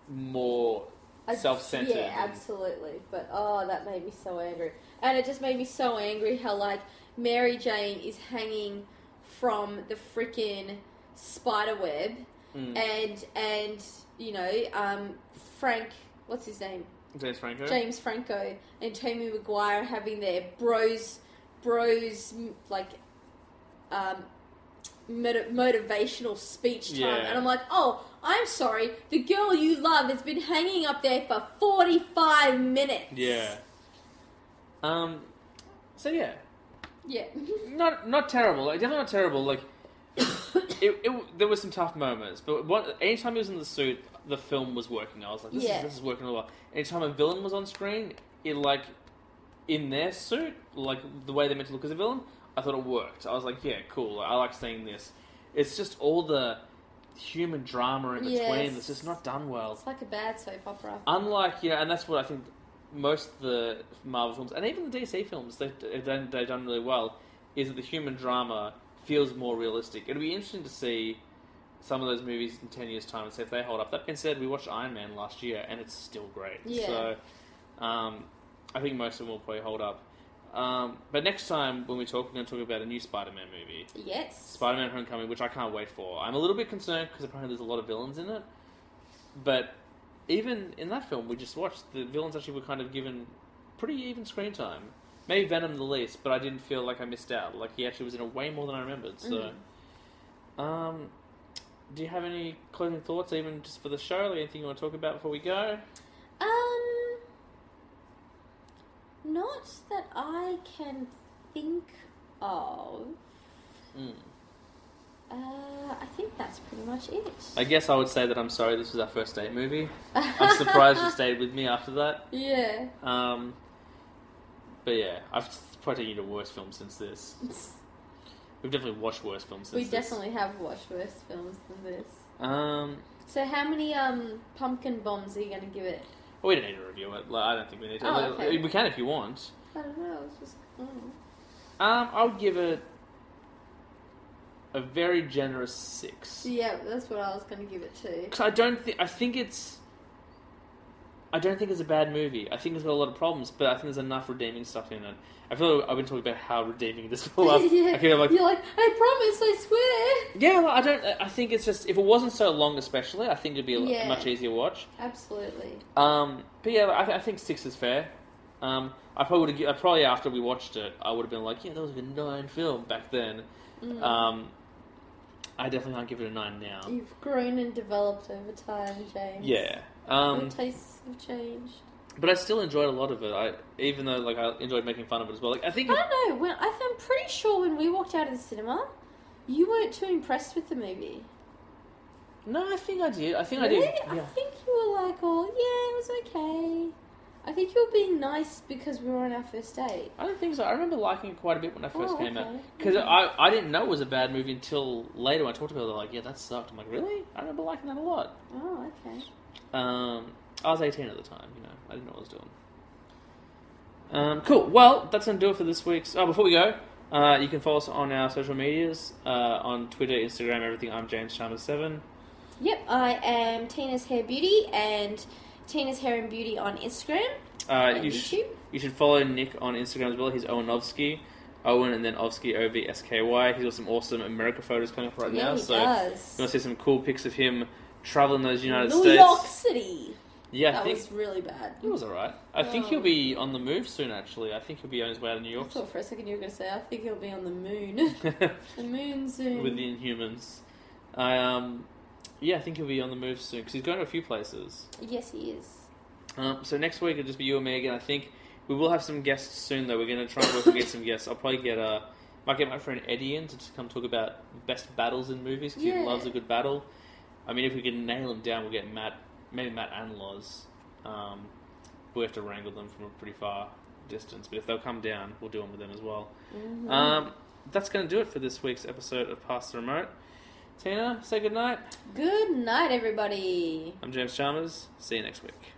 more self-centered.
Yeah,
and-
absolutely. But oh, that made me so angry, and it just made me so angry how like Mary Jane is hanging from the freaking spider web,
Hmm.
and and you know um Frank, what's his name?
James Franco.
James Franco and Tommy Maguire having their bros, bros m- like, um, moti- motivational speech time,
Yeah.
and I'm like, oh, I'm sorry, the girl you love has been hanging up there for 45 minutes.
Yeah. Um. So yeah,
yeah,
not not terrible. Like, definitely not terrible. Like, it, it there were some tough moments, but what anytime he was in the suit, the film was working. I was like, this
Yeah.
is this is working a lot. Anytime a villain was on screen, it like in their suit, like the way they meant to look as a villain, I thought it worked. I was like, yeah, cool. I like seeing this. It's just all the human drama in between
Yes.
that's just not done well
it's like a bad soap opera.
unlike you know, and that's what I think most of the Marvel films and even the DC films they they've done, they've done really well is that the human drama feels more realistic. It'll be interesting to see some of those movies in ten years' time and see if they hold up. That being said, we watched Iron Man last year and it's still great.
Yeah.
So um, I think most of them will probably hold up. Um, but next time when we talk, we're going to talk about a new Spider-Man movie.
yes.
Spider-Man: Homecoming, which I can't wait for. I'm a little bit concerned because apparently there's a lot of villains in it, but even in that film we just watched, the villains actually were kind of given pretty even screen time. Maybe Venom the least, but I didn't feel like I missed out. Like he actually was in it way more than I remembered. So, um, do you have any closing thoughts, even just for the show? Like anything you want to talk about before we go?
Um, not that I can think of.
Mm.
Uh, I think that's pretty much it.
I guess I would say that I'm sorry. This was our first date movie. I'm surprised you stayed with me after that.
Yeah.
Um, but yeah, I've probably taken you to worse films since this. We've definitely watched worse films since
we
this.
definitely have watched worse films than this.
Um,
So how many um pumpkin bombs are you gonna give it?
well, we don't need to review it. Like, I don't think we need to.
Oh,
Like,
okay.
We can if you want.
I don't know. It's just mm.
Um, I would give it a very generous six.
yeah. That's what I was gonna give it to.
'Cause I don't think I think it's. I don't think it's a bad movie. I think it's got a lot of problems, but I think there's enough redeeming stuff in it. I feel like I've been talking about how redeeming this film was. I feel like
You're like, I promise, I swear.
Yeah, well, I don't. I think it's just if it wasn't so long, especially, I think it'd be a
Yeah.
much easier watch.
Absolutely.
Um, but yeah, I, I think six is fair. Um, I probably would have, probably after we watched it, I would have been like, yeah, that was a nine film back then.
Mm.
Um, I definitely can't give it a nine now.
You've grown and developed over time, James.
Yeah.
Your
Um,
tastes have changed.
but I still enjoyed a lot of it. I even though like I enjoyed making fun of it as well. Like I think
I don't know. When I, I'm pretty sure when we walked out of the cinema, you weren't too impressed with the movie.
no, I think I did. I think
Really?
I did. Yeah.
I think you were like, oh, yeah, it was okay. I think you were being nice because we were on our first date.
I don't think so. I remember liking it quite a bit when I first
Oh,
came out
okay.
because I, I didn't know it was a bad movie until later. When I talked to people, they're like, "Yeah, that sucked." I'm like, "Really?" I remember liking that a lot.
Oh, okay.
Um, I was 18 at the time. You know, I didn't know what I was doing. Um, cool. Well, that's gonna do it for this week's. Oh, before we go, uh, you can follow us on our social medias uh, on Twitter, Instagram, everything. I'm James Chalmers Seven.
Yep, I am Tina's Hair Beauty and Tina's Hair and Beauty on Instagram.
Uh,
And
you, sh-
YouTube.
you should follow Nick on Instagram as well. He's Owen Ovsky. Owen and then Ovsky, O V S K Y. He's got some awesome America photos coming up right
yeah,
now.
he
so
does.
You want to see some cool pics of him traveling those United
New
States?
York City.
Yeah, I
That
think
was really bad.
it was alright. I think
Oh.
he'll be on the move soon. Actually, I think he'll be on his way out of New
I
York
thought for a second you were going to say, I think he'll be on the moon.
with
the moon soon.
the Inhumans. I um, yeah, I think he'll be on the move soon because he's going to a few places.
Yes, he is.
Um, so next week it'll just be you and me again. I think we will have some guests soon though. We're going to try and work and get some guests. I'll probably get uh, might get my friend Eddie in to just come talk about best battles in movies 'cause
Yeah.
he loves a good battle. I mean, if we can nail him down, we'll get Matt, maybe Matt and Loz. Um, we have to wrangle them from a pretty far distance, but if they'll come down, we'll do one with them as well. Um, that's going to do it for this week's episode of Pass the Remote. Tina, say goodnight.
Good night, everybody.
I'm James Chalmers. See you next week.